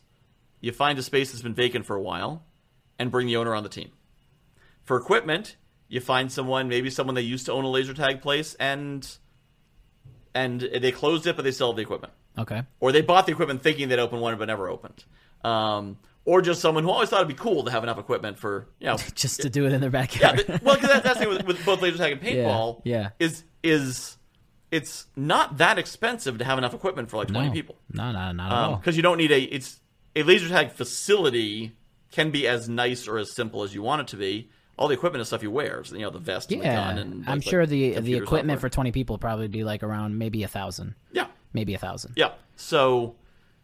B: you find a space that's been vacant for a while and bring the owner on the team. For equipment, you find someone, maybe someone that used to own a laser tag place and and they closed it, but they still have the equipment
A: Okay.
B: or they bought the equipment thinking they'd open one but never opened. Um, or just someone who always thought it'd be cool to have enough equipment for you know.
A: Just to do it in their
B: yeah,
A: backyard.
B: th- well, because that, that's the thing with, with both laser tag and paintball.
A: yeah.
B: is is it's not that expensive to have enough equipment for like twenty
A: no.
B: people
A: No, no, not at all.
B: because Um, you don't need a it's a laser tag facility can be as nice or as simple as you want it to be. All the equipment is stuff you wear, so, you know, the vest, and the gun,
A: Yeah,
B: oh and like,
A: I'm
B: the
A: sure the the
B: computer
A: equipment
B: software.
A: for 20 people probably be like around maybe a thousand,
B: yeah.
A: maybe a thousand.
B: Yeah. So,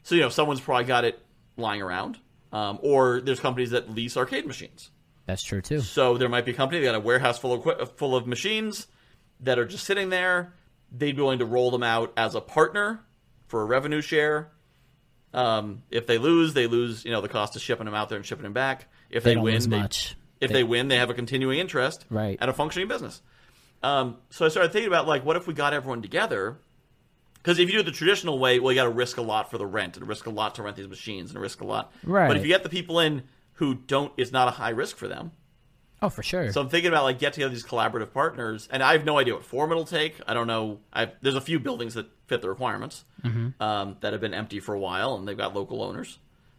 B: so you know, someone's probably got it lying around, um, or there's companies that lease arcade machines.
A: That's true too.
B: So there might be a company that got a warehouse full of equi- full of machines that are just sitting there. They'd be willing to roll them out as a partner for a revenue share. Um, if they lose, they lose. You know, the cost of shipping them out there and shipping them back. If they,
A: don't
B: win,
A: lose
B: they,
A: much.
B: if they, win, they have a continuing interest
A: Right.
B: and a functioning business. Um, so I started thinking about like, what if we got everyone together? Because if you do it the traditional way, well, you got to risk a lot for the rent and risk a lot to rent these machines and risk a lot. But
A: Right.
B: if you get the people in who don't, it's not a high risk for them.
A: Oh, for sure.
B: So I'm thinking about like get together these collaborative partners, and I have no idea what form it'll take. I don't know. I've, there's a few buildings that fit the requirements
A: Mm-hmm.
B: um, that have been empty for a while, and they've got local owners.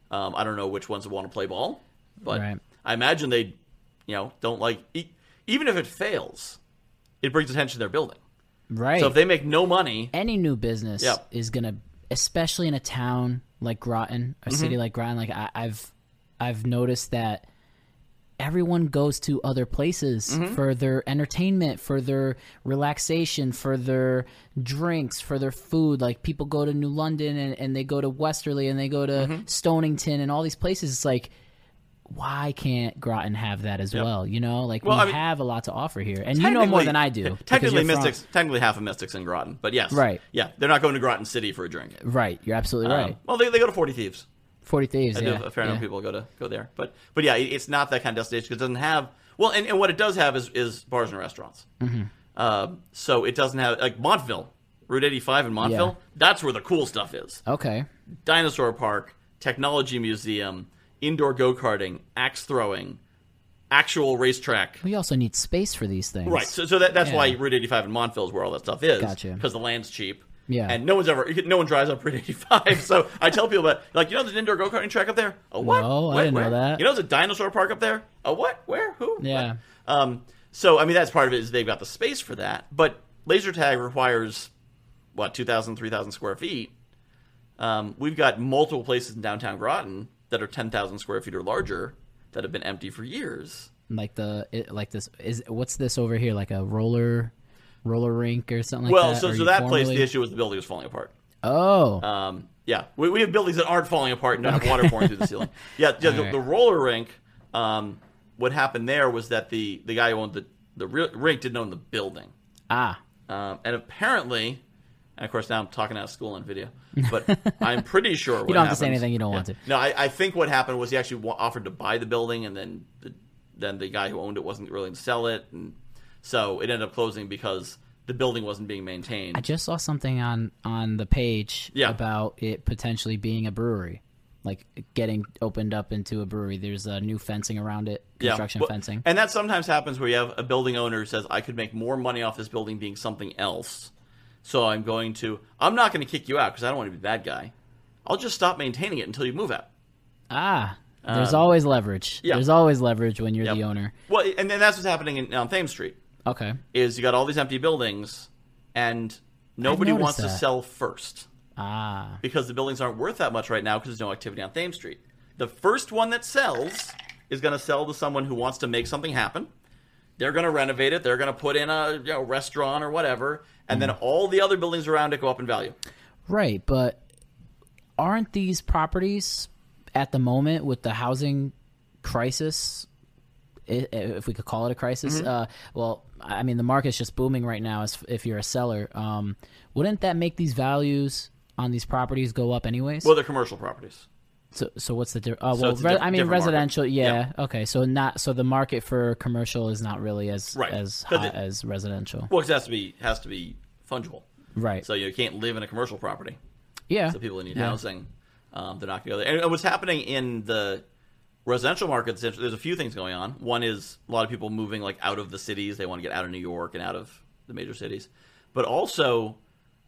B: Um, I don't know which ones want to play ball, but
A: Right.
B: I imagine they, you know, don't like e- even if it fails, it brings attention to their building.
A: right.
B: So if they make no money,
A: Any new business
B: Yep.
A: is gonna, especially in a town like Groton,
B: Mm-hmm.
A: a city like Groton. Like I, I've, I've noticed that everyone goes to other places
B: Mm-hmm.
A: for their entertainment, for their relaxation, for their drinks, for their food. Like people go to New London and, and they go to Westerly and they go to
B: Mm-hmm.
A: Stonington and all these places. It's like, why can't Groton have that as well? You know, like
B: Well,
A: we
B: I mean-
A: have a lot to offer here, and you know more
B: technically-
A: than I do. because
B: Technically,
A: you're from-
B: mystics, technically half of mystics in Groton, but yes,
A: Right.
B: yeah, they're not going to Groton City for a drink.
A: Right, you're absolutely right.
B: Um, well, they, they go to Forty Thieves.
A: Forty Thieves.
B: I do
A: yeah,
B: have a fair
A: yeah.
B: number of people go to go there. But but yeah, it, it's not that kind of destination because it doesn't have well, and, and what it does have is, is bars and restaurants. Mm-hmm. Um, so it doesn't have like Montville, Route 85 in Montville. That's where the cool stuff is.
A: Okay.
B: Dinosaur Park, Technology Museum, indoor go karting, axe throwing, actual racetrack.
A: We also need space for these things.
B: Right. So, so that, that's why
A: Yeah.
B: Route 85 in Montville is where all that stuff is.
A: Gotcha.
B: Because the land's cheap.
A: Yeah.
B: And no one's ever, no one drives up Route 85. So I tell people about, like, you know, there's an indoor go karting track up there? A what?
A: No, I
B: Where-
A: didn't know
B: where?
A: that.
B: You know, there's a dinosaur park up there? A what? Where? Who?
A: Yeah.
B: What? Um, so, I mean, that's part of it is they've got the space for that. But laser tag requires, what, 2,000, 3,000 square feet. Um, we've got multiple places in downtown Groton that are 10,000 square feet or larger that have been empty for years.
A: Like the it, like this is what's this over here? Like a roller roller rink or something like
B: well,
A: that?
B: so,
A: Or
B: so
A: you
B: that place,
A: formerly-
B: the issue was the building was falling apart.
A: Oh,
B: Um, yeah, we, we have buildings that aren't falling apart and don't have water pouring through the ceiling. Yeah, yeah the,
A: right.
B: the roller rink. Um, what happened there was that the the guy who owned the the re- rink didn't own the building,
A: ah,
B: um, and apparently, and of course now I'm talking out of school on video, but I'm pretty sure what
A: you don't have to say
B: happens-
A: anything you don't want to.
B: No, I, I think what happened was he actually wa- offered to buy the building, and then the, then the guy who owned it wasn't willing to sell it, and so it ended up closing because the building wasn't being maintained.
A: I just saw something on on the page
B: Yeah.
A: about it potentially being a brewery, like getting opened up into a brewery. There's a new fencing around it, construction
B: well,
A: fencing.
B: And that sometimes happens where you have a building owner who says, I could make more money off this building being something else. So I'm going to, I'm not going to kick you out because I don't want to be the bad guy. I'll just stop maintaining it until you move out.
A: Ah, there's always leverage.
B: uh, yeah.
A: There's always leverage when you're the
B: Yep.
A: owner.
B: Well, and then that's what's happening in, on Thames Street
A: Okay.
B: is you got all these empty buildings and nobody
A: noticed
B: wants to
A: that.
B: sell first
A: Ah,
B: because the buildings aren't worth that much right now because there's no activity on Thames Street. The first one that sells is going to sell to someone who wants to make something happen. They're going to renovate it. They're going to put in a you know, restaurant or whatever, and then all the other buildings around it go up in value.
A: Right, but aren't these properties at the moment with the housing crisis, i- if we could call it a crisis?
B: Mm-hmm.
A: Uh, well, I mean, the market's just booming right now. As if you're a seller, um, wouldn't that make these values on these properties go up anyways?
B: Well, they're commercial properties,
A: So, so what's the difference? Uh,
B: So
A: well,
B: it's a
A: re-
B: diff-
A: I mean
B: different market.
A: residential. Yeah.
B: Yep.
A: Okay. So not so the market for commercial is not really as
B: Right.
A: as
B: 'Cause
A: high
B: it-
A: as residential.
B: Well, 'cause it has to be has to be fungible.
A: Right.
B: So you can't live in a commercial property.
A: yeah.
B: So people that need
A: Yeah.
B: housing, um, they're not going to go there. And what's happening in the residential market? There's there's a few things going on. One is a lot of people moving like out of the cities. They want to get out of New York and out of the major cities, but also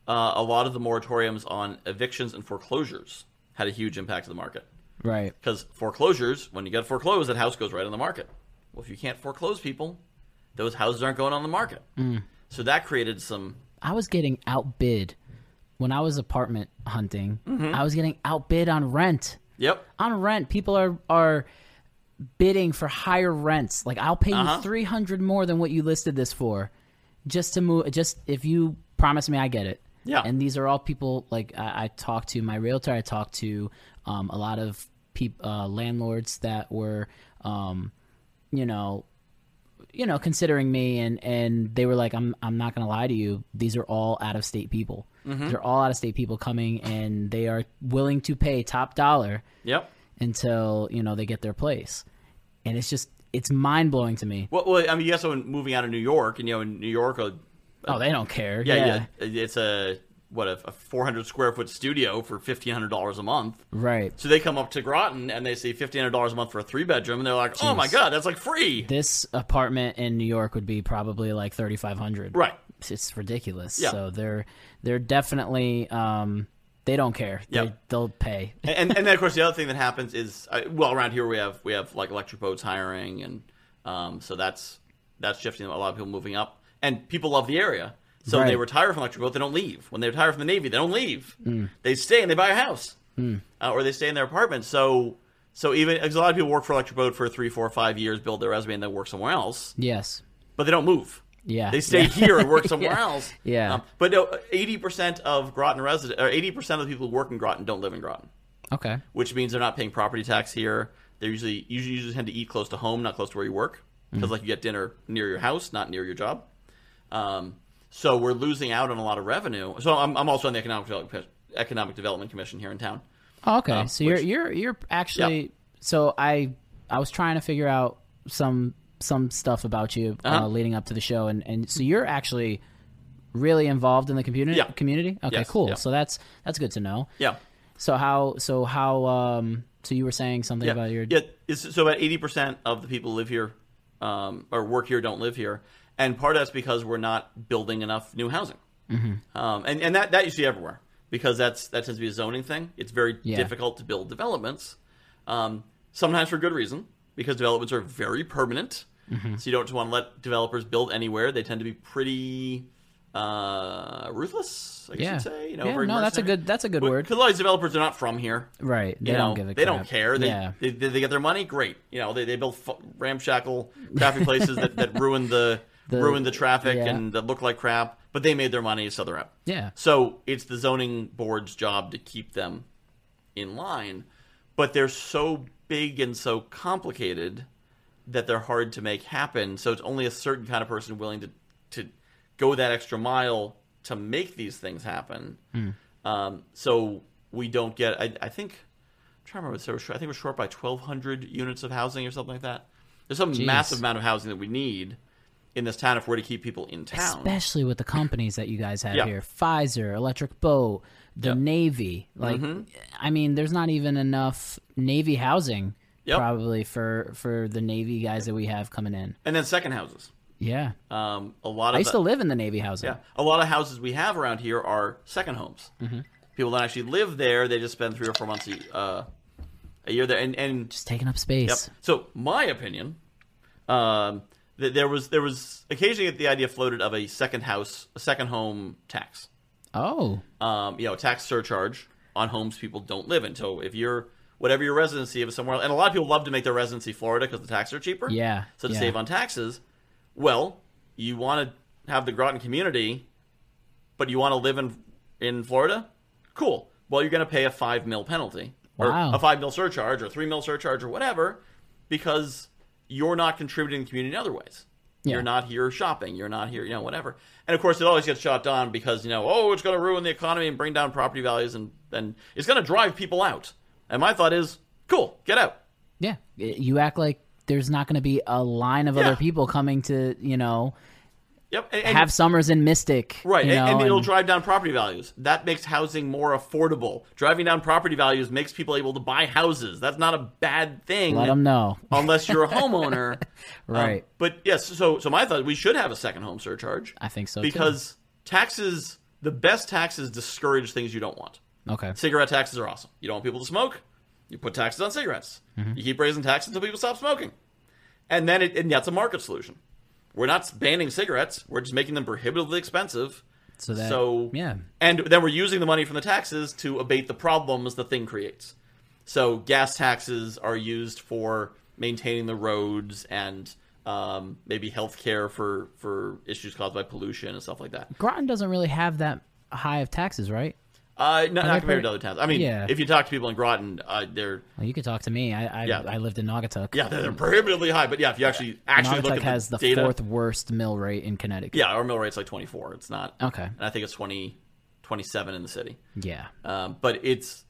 B: uh, a lot of the moratoriums on evictions and foreclosures had a huge impact to the market
A: Right.
B: because foreclosures. When you get foreclosed, that house goes right on the market. Well, if you can't foreclose people, those houses aren't going on the market. So that created some.
A: I was getting outbid when I was apartment hunting. I was getting outbid on rent.
B: Yep.
A: On rent, people are are bidding for higher rents. Like I'll pay
B: Uh-huh.
A: you 300 more than what you listed this for just to move just if you promise me I get it.
B: Yeah.
A: And these are all people like I, I talked to my realtor, I talked to um, a lot of peop, uh, landlords that were um, you know, you know, considering me and and they were like, I'm I'm not gonna lie to you, these are all out of state people.
B: Mm-hmm.
A: They're all out of state people coming and they are willing to pay top dollar
B: Yep.
A: until, you know, they get their place. And it's just it's mind blowing to me.
B: Well, well, I mean, you have someone moving out of New York, and you know, in New York, uh,
A: Oh, they don't care.
B: yeah, yeah, it's a what a, a 400 square foot studio for 1500 dollars a month.
A: Right.
B: So they come up to Groton and they see 1500 dollars a month for a three bedroom, and they're like, "Oh my god, that's like free!"
A: This apartment in New York would be probably like thirty five hundred.
B: right?
A: It's ridiculous.
B: Yeah.
A: So they're they're definitely um they don't care. They,
B: Yep.
A: they'll pay.
B: and and then of course the other thing that happens is uh, well around here we have we have like electric boats hiring and um, so that's that's shifting a lot of people moving up and people love the area so when they
A: Right.
B: retire from electric boat they don't leave when they retire from the navy they don't leave
A: Hmm.
B: they stay and they buy a house uh, or they stay in their apartment so so even because a lot of people work for electric boat for three four five years build their resume and then work somewhere else
A: Yes.
B: but they don't move
A: Yeah.
B: they stay
A: Yeah.
B: here and work somewhere
A: Yeah.
B: else
A: Yeah.
B: um, but no eighty percent of Groton resident or eighty percent of the people who work in Groton don't live in Groton
A: Okay.
B: which means they're not paying property tax here. They usually usually usually tend to eat close to home, not close to where you work, because like you get dinner near your house, not near your job. Um, so we're losing out on a lot of revenue. So I'm, I'm also on the economic development, economic development commission here in town.
A: Oh, okay. so
B: Um, which-
A: you're you're you're actually so I I was trying to figure out some some stuff about you uh
B: Uh-huh.
A: leading up to the show and and so you're actually really involved in the community
B: Yeah.
A: community. Okay,
B: Yes,
A: cool.
B: yeah.
A: So that's that's good to know.
B: Yeah,
A: So how so how um so you were saying something
B: yeah,
A: about your
B: yeah. It's, so about eighty percent of the people who live here um, or work here don't live here, and part of that's because we're not building enough new housing.
A: Mm-hmm.
B: Um, and and that, that you see everywhere because that's that tends to be a zoning thing. It's very
A: Yeah.
B: difficult to build developments, um, sometimes for good reason because developments are very permanent.
A: Mm-hmm.
B: So you don't just want to let developers build anywhere. They tend to be pretty uh, ruthless, I guess
A: Yeah.
B: you'd say. You know,
A: Yeah,
B: very
A: no, that's a
B: mercenary.
A: good- that's a good
B: But-
A: word.
B: 'cause a lot of these developers are not from here.
A: right. They
B: You
A: don't
B: know,
A: give a
B: They don't
A: crap.
B: care. They,
A: yeah.
B: they, they, they get their money. Great. You know, they, they build f- ramshackle traffic places that, that ruin the,
A: The-
B: ruin the traffic
A: yeah.
B: and that look like crap. But they made their money, so they're out.
A: yeah.
B: So it's the zoning board's job to keep them in line, but they're so big and so complicated that they're hard to make happen. So it's only a certain kind of person willing to to go that extra mile to make these things happen.
A: Hmm.
B: Um, so we don't get. I, I think I'm trying to remember. So we're short- I think we're short by 1,200 units of housing or something like that. There's some massive amount of housing that we need in this town if we're to keep people in town.
A: Especially with the companies that you guys have
B: Yeah.
A: here Pfizer, Electric Boat, the
B: Yep.
A: Navy. Like,
B: Mm-hmm.
A: I mean, there's not even enough Navy housing
B: Yep.
A: probably for, for the Navy guys that we have coming in.
B: and then second houses.
A: Yeah.
B: Um, a lot of
A: I used
B: the-
A: to live in the Navy housing.
B: yeah, a lot of houses we have around here are second homes. Mm-hmm. People don't actually live there; they just spend three or four months a, uh, a year there. And and
A: Just taking up space.
B: Yep. So my opinion, um, that there was there was occasionally the idea floated of a second house, a second home tax.
A: Oh,
B: Um, you know, tax surcharge on homes people don't live in. So if you're whatever your residency is somewhere, else, and a lot of people love to make their residency Florida because the taxes are cheaper.
A: Yeah,
B: So to
A: yeah.
B: save on taxes, well, you want to have the Groton community, but you want to live in in Florida. Cool. Well, you're going to pay a five mil penalty
A: Wow.
B: or a five mil surcharge or three mil surcharge or whatever because you're not contributing to the community in other ways.
A: Yeah.
B: You're not here shopping. You're not here, you know, whatever. And of course, it always gets shot down because you know, oh, it's going to ruin the economy and bring down property values and and it's going to drive people out. And my thought is, cool, get out.
A: Yeah, you act like there's not going to be a line of
B: Yeah.
A: other people coming to you know
B: Yep. And, and-
A: have summers in Mystic,
B: Right,
A: You
B: and,
A: know,
B: and it'll
A: and-
B: drive down property values. That makes housing more affordable. Driving down property values makes people able to buy houses. That's not a bad thing.
A: let them know.
B: unless you're a homeowner. Um,
A: Right.
B: but yes, so so my thought we should have a second home surcharge
A: I think so too.
B: because taxes, the best taxes discourage things you don't want.
A: Okay.
B: Cigarette taxes are awesome. You don't want people to smoke. You put taxes on cigarettes.
A: Mm-hmm.
B: You keep raising taxes until people stop smoking, and then it, and that's a market solution. We're not banning cigarettes. We're just making them prohibitively expensive.
A: So that
B: so
A: yeah.
B: and then we're using the money from the taxes to abate the problems the thing creates. So gas taxes are used for maintaining the roads and um, maybe health care for, for issues caused by pollution and stuff like that.
A: Groton doesn't really have that high of taxes, right?
B: Uh, not, not
A: they
B: compared
A: pretty-
B: to other towns. I mean,
A: Yeah.
B: if you talk to people in Groton, uh, they're
A: Well, you could talk to me. I I,
B: Yeah.
A: I lived in Naugatuck.
B: yeah they're, they're prohibitively high. But yeah, if you actually actually look
A: Naugatuck
B: at
A: has the
B: data,
A: fourth worst mill rate in Connecticut.
B: yeah, our mill rate's like twenty four. It's not
A: Okay.
B: and I think it's 20, 27 in the city.
A: Yeah.
B: Um, but it's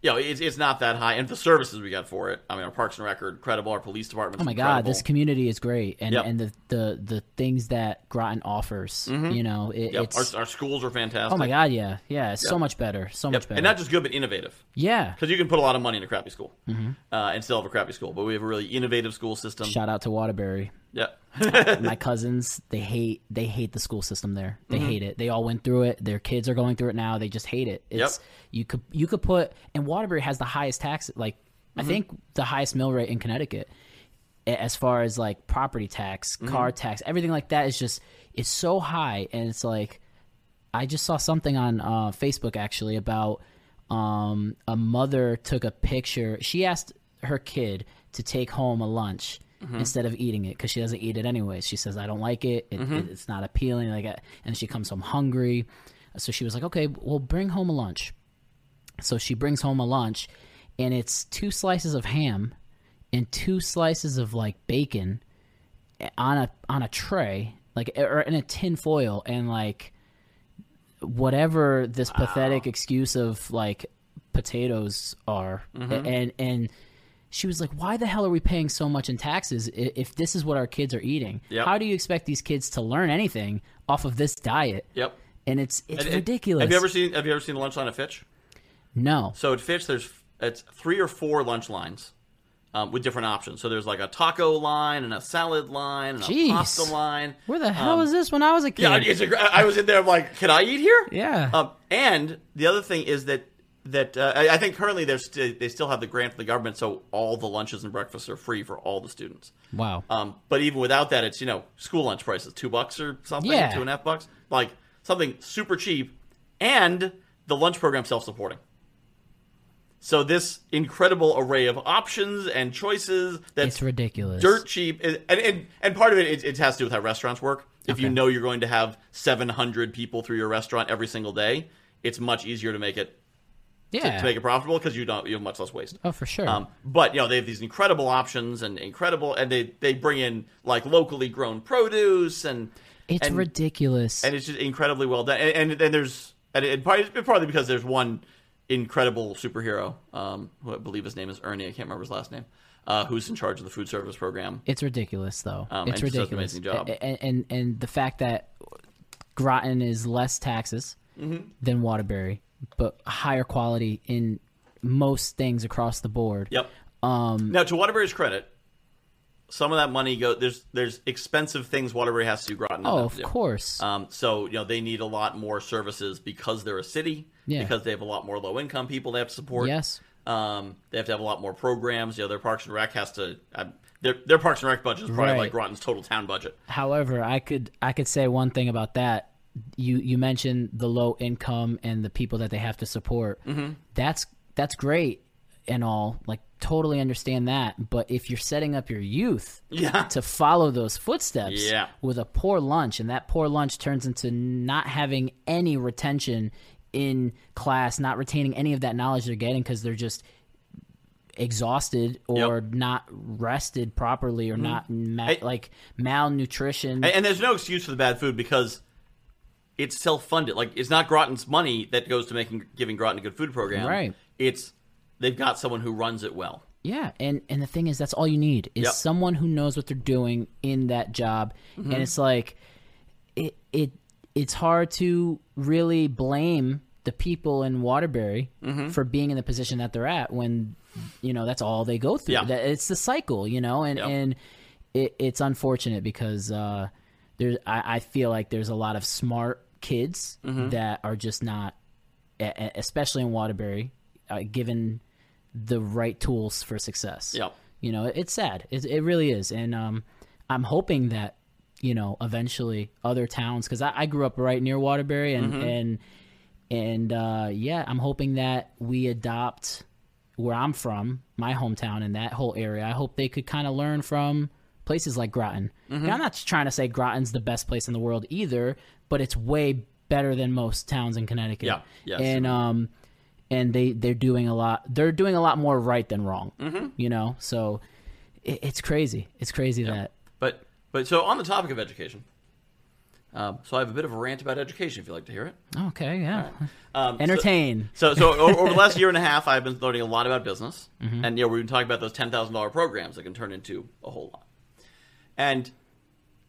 B: you know, it's, it's not that high. And the services we got for it, I mean, our parks and rec are incredible. Our police department.
A: Oh my God, this community is great, and
B: Yep.
A: and the, the the things that Groton offers, you know, it,
B: Mm-hmm. Yep.
A: it's
B: Our, our schools are fantastic.
A: oh my God, yeah, yeah, it's so much better, so much better,
B: and not just good, but innovative.
A: yeah.
B: Because you can put a lot of money in a crappy school
A: Mm-hmm.
B: uh, and still have a crappy school. But we have a really innovative school system.
A: Shout out to Waterbury.
B: yeah,
A: My cousins, they hate they hate the school system there. They hate it. They all went through it. Their kids are going through it now. They just hate it. It's you could you could put and Waterbury has the highest tax like I think the highest mill rate in Connecticut a- as far as like property tax, car tax, everything like that is just it's so high and it's like I just saw something on uh, Facebook actually about um, a mother took a picture. She asked her kid to take home a lunch instead of eating it because she doesn't eat it anyways. She says, "I don't like it. it, it it's not appealing." Like, I- and she comes home hungry. So she was like, "Okay, well, bring home a lunch." So she brings home a lunch, and it's two slices of ham and two slices of like bacon on a on a tray, like or in a tin foil, and like whatever this pathetic excuse of like potatoes are,
B: Mm-hmm.
A: and and she was like, "Why the hell are we paying so much in taxes i- if this is what our kids are eating?
B: Yep.
A: How do you expect these kids to learn anything off of this diet?"
B: yep.
A: And it's it's
B: And- and-
A: ridiculous.
B: Have you ever seen Have you ever seen the lunch line at Fitch?
A: no.
B: So at Fitch, there's it's three or four lunch lines um, with different options. So there's like a taco line and a salad line and
A: Jeez.
B: a pasta line. Um,
A: Where the hell was this when I was a kid?
B: Yeah, it's a, gr- I was in there. I'm like, can I eat here?
A: Yeah.
B: Um, and the other thing is that that uh, I, I think currently there's st- they still have the grant from the government, so all the lunches and breakfasts are free for all the students.
A: wow.
B: Um, but even without that, it's you know school lunch prices, two bucks or something,
A: Yeah.
B: two and a half bucks, like something super cheap, and the lunch program self-supporting. So this incredible array of options and choices that's
A: it's ridiculous.
B: dirt cheap, and and, and part of it, it it has to do with how restaurants work. If you know you're going to have 700 people through your restaurant every single day, it's much easier to make it to,
A: yeah.
B: to make it profitable because you don't you have much less waste.
A: oh, for sure.
B: Um, but you know they have these incredible options and incredible, and they they bring in like locally grown produce and
A: it's
B: and,
A: ridiculous.
B: and it's just incredibly well done. And and, and there's and, it, partly, partly because there's one incredible superhero, um, who I believe his name is Ernie. I can't remember his last name. Uh, who's in charge of the food service program?
A: it's ridiculous, though.
B: Um,
A: it's
B: and just does an
A: ridiculous.
B: amazing job.
A: A- a- And, and the fact that Groton is less taxes
B: Mm-hmm.
A: than Waterbury, but higher quality in most things across the board.
B: Yep. Um, now, to Waterbury's credit, some of that money go there's there's expensive things Waterbury has to do. Groton.
A: Oh,
B: doesn't have
A: of
B: to do.
A: course.
B: Um, so you know they need a lot more services because they're a city,
A: Yeah.
B: because they have a lot more low income people they have to support.
A: yes.
B: Um, they have to have a lot more programs. You know, their Parks and Rec has to. I, their their Parks and Rec budget is probably
A: Right.
B: like Groton's total town budget.
A: However, I could I could say one thing about that. You you mentioned the low income and the people that they have to support. That's that's great and all. Like totally understand that, but if you're setting up your youth
B: Yeah.
A: to follow those footsteps
B: Yeah.
A: with a poor lunch and that poor lunch turns into not having any retention in class, not retaining any of that knowledge they're getting cuz they're just exhausted or not rested properly or not ma-
B: Mm-hmm. Hey.
A: like malnutrition
B: And, and there's no excuse for the bad food because it's self funded. Like it's not Groton's money that goes to making giving Groton a good food program.
A: Right.
B: It's they've got someone who runs it well.
A: Yeah, and and the thing is, that's all you need is
B: Yep. Mm-hmm.
A: someone who knows what they're doing in that job, and it's like, it it it's hard to really blame the people in Waterbury for being in the position that they're at when, you know, that's all they go through.
B: Yeah.
A: That it's the cycle, you know, and
B: Yep.
A: and it, it's unfortunate because uh, there's I, I feel like there's a lot of smart kids that are just not, e- e- especially in Waterbury, uh, given the right tools for success.
B: Yep.
A: You know, it's sad. It, it really is. And um, I'm hoping that, you know, eventually other towns, because I, I grew up right near Waterbury and, and, and uh, yeah, I'm hoping that we adopt where I'm from, my hometown and that whole area. I hope they could kind of learn from places like Groton.
B: Mm-hmm.
A: And I'm not trying to say Groton's the best place in the world either, but it's way better than most towns in Connecticut.
B: Yeah. Yes.
A: And um, and they they're doing a lot. They're doing a lot more right than wrong.
B: Mm-hmm.
A: You know, so it, it's crazy. It's crazy that
B: But but so on the topic of education, um, so I have a bit of a rant about education. If you'd like to hear it,
A: okay, yeah,
B: um, so-
A: entertain.
B: So, so o- over the last year and a half, I've been learning a lot about business,
A: Mm-hmm.
B: and you know, we've been talking about those ten thousand dollar programs that can turn into a whole lot. And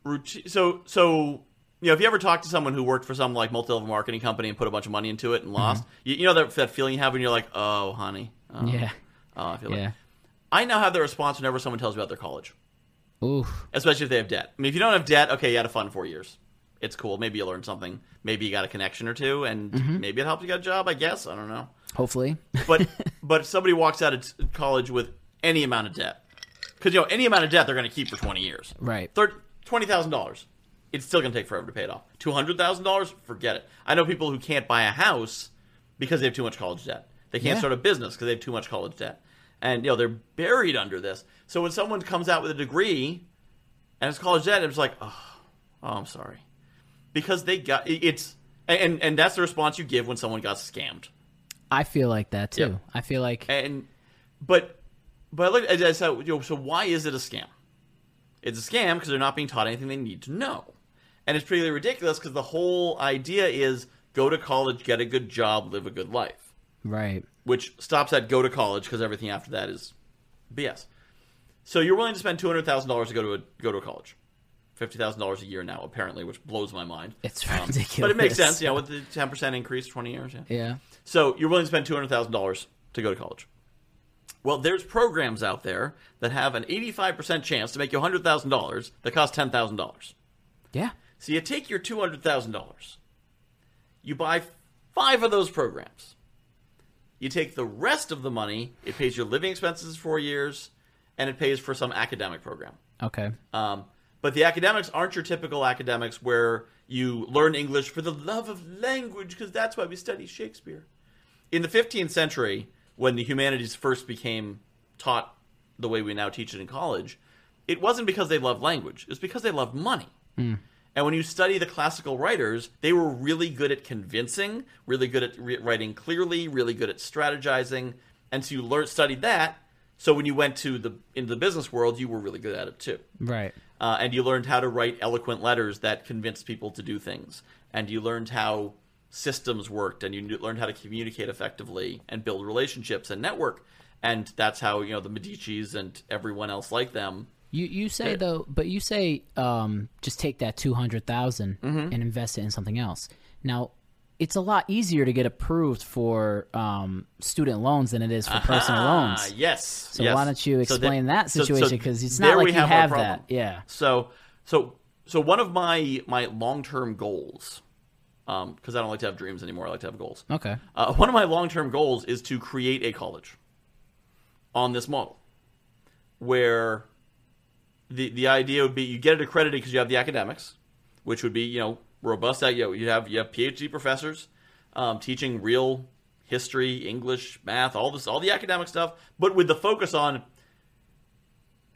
B: routine, so so you know, if you ever talk to someone who worked for some like multi level marketing company and put a bunch of money into it and
A: Mm-hmm.
B: lost, you, you know that, that feeling you have when you're like, oh, honey, oh,
A: yeah,
B: oh, I feel
A: yeah.
B: like I now have the response whenever someone tells me about their college
A: Oof.
B: especially if they have debt. I mean, if you don't have debt, okay, you had a fun four years. It's cool. Maybe you learn something. Maybe you got a connection or two, and
A: Mm-hmm.
B: maybe it helps you get a job. I guess I don't know.
A: Hopefully,
B: But but if somebody walks out of t- college with any amount of debt, because you know any amount of debt they're going to keep for twenty years.
A: right.
B: Thir- twenty thousand dollars. It's still going to take forever to pay it off. Two hundred thousand dollars, forget it. I know people who can't buy a house because they have too much college debt. They can't
A: Yeah.
B: start a business because they have too much college debt, and you know they're buried under this. So when someone comes out with a degree and it's college debt, it's like, oh, oh, I'm sorry, because they got it- it's and and that's the response you give when someone got scammed.
A: I feel like that too.
B: Yep.
A: I feel like
B: And but but look, I said, you know, so why is it a scam? It's a scam because they're not being taught anything they need to know, and it's pretty ridiculous because the whole idea is go to college, get a good job, live a good life,
A: right.
B: which stops at go to college because everything after that is BS. So you're willing to spend two hundred thousand dollars to go to a, go to a college, fifty thousand dollars a year now apparently, which blows my mind.
A: It's ridiculous.
B: Um, but it makes sense, you know, with the ten percent increase, twenty years. Yeah.
A: Yeah.
B: So you're willing to spend two hundred thousand dollars to go to college. Well, there's programs out there that have an eighty-five percent chance to make you hundred thousand dollars that cost ten thousand dollars.
A: Yeah.
B: So you take your two hundred thousand dollars, you buy five of those programs. You take the rest of the money; it pays your living expenses for four years, and it pays for some academic program.
A: Okay.
B: Um, but the academics aren't your typical academics where you learn English for the love of language because that's why we study Shakespeare. In the 15th century, when the humanities first became taught the way we now teach it in college, it wasn't because they loved language, it's because they loved money. And when you study the classical writers, they were really good at convincing, really good at re- writing clearly, really good at strategizing, and so you learned studied that. So when you went to the into the business world, you were really good at it too
A: Right.
B: uh, and you learned how to write eloquent letters that convinced people to do things, and you learned how systems worked, and you knew- learned how to communicate effectively and build relationships and network, and that's how you know the Medici's and everyone else like them.
A: You you say though, but you say um, just take that two and invest it in something else. Now, it's a lot easier to get approved for um, student loans than it is for personal
B: Ah,
A: loans.
B: yes.
A: Hmm. So why don't you explain that situation? Because it's not
B: there
A: like
B: we
A: you
B: our
A: have
B: problem.
A: that. Yeah.
B: So so so one of my my long term goals, because I don't like to have dreams anymore. I like to have goals.
A: Okay.
B: Uh, one of my long term goals is to create a college on this model where the the idea would be you get it accredited because you have the academics, which would be you know robust that you know, you have you have PhD professors um, teaching real history, English, math, all this all the academic stuff, but with the focus on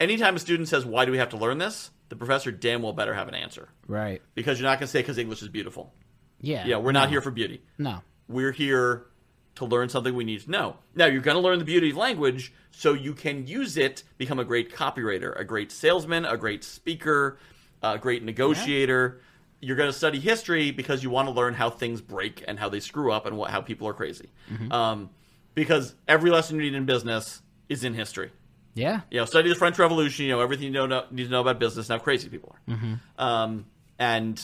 B: anytime a student says why do we have to learn this, the professor damn well better have an answer
A: Right.
B: because you're not going to say because English is beautiful.
A: Yeah.
B: Yeah, we're not here for beauty
A: No.
B: we're here to learn something we need to know. Now, you're going to learn the beauty of language so you can use it, become a great copywriter, a great salesman, a great speaker, a great negotiator. You're going to study history because you want to learn how things break and how they screw up and what, how people are crazy. Um, because every lesson you need in business is in history.
A: Yeah.
B: You know, study the French Revolution. You know everything you know, know need to know about business and how crazy people are.
A: Mm-hmm.
B: Um, and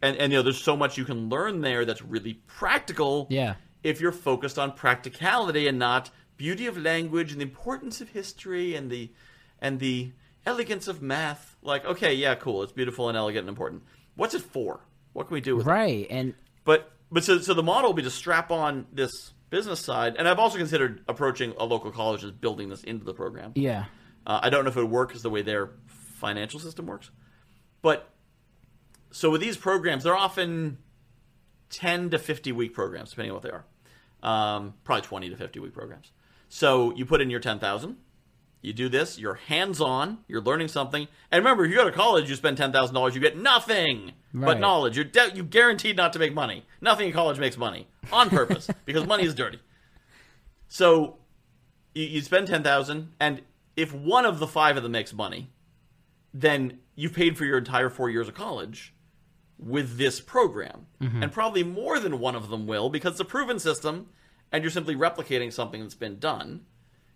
B: and and you know, there's so much you can learn there that's really practical.
A: Yeah.
B: If you're focused on practicality and not beauty of language and the importance of history and the and the elegance of math, like okay, yeah, cool, it's beautiful and elegant and important. What's it for? What can we do with it?
A: Right. And
B: But but so so the model would be to strap on this business side, and I've also considered approaching a local college as building this into the program.
A: yeah.
B: Uh, I don't know if it would work because the way their financial system works, but so with these programs, they're often ten to fifty week programs, depending on what they are. Um, probably twenty to fifty week programs. So you put in your ten thousand. You do this. You're hands on. You're learning something. And remember, if you go to college, you spend ten thousand dollars, you get nothing but
A: Right.
B: knowledge. You're de- you guaranteed not to make money. Nothing in college makes money on purpose because money is dirty. So you, you spend ten thousand, and if one of the five of them makes money, then you've paid for your entire four years of college with this program,
A: Mm-hmm.
B: and probably more than one of them will because it's a proven system, and you're simply replicating something that's been done.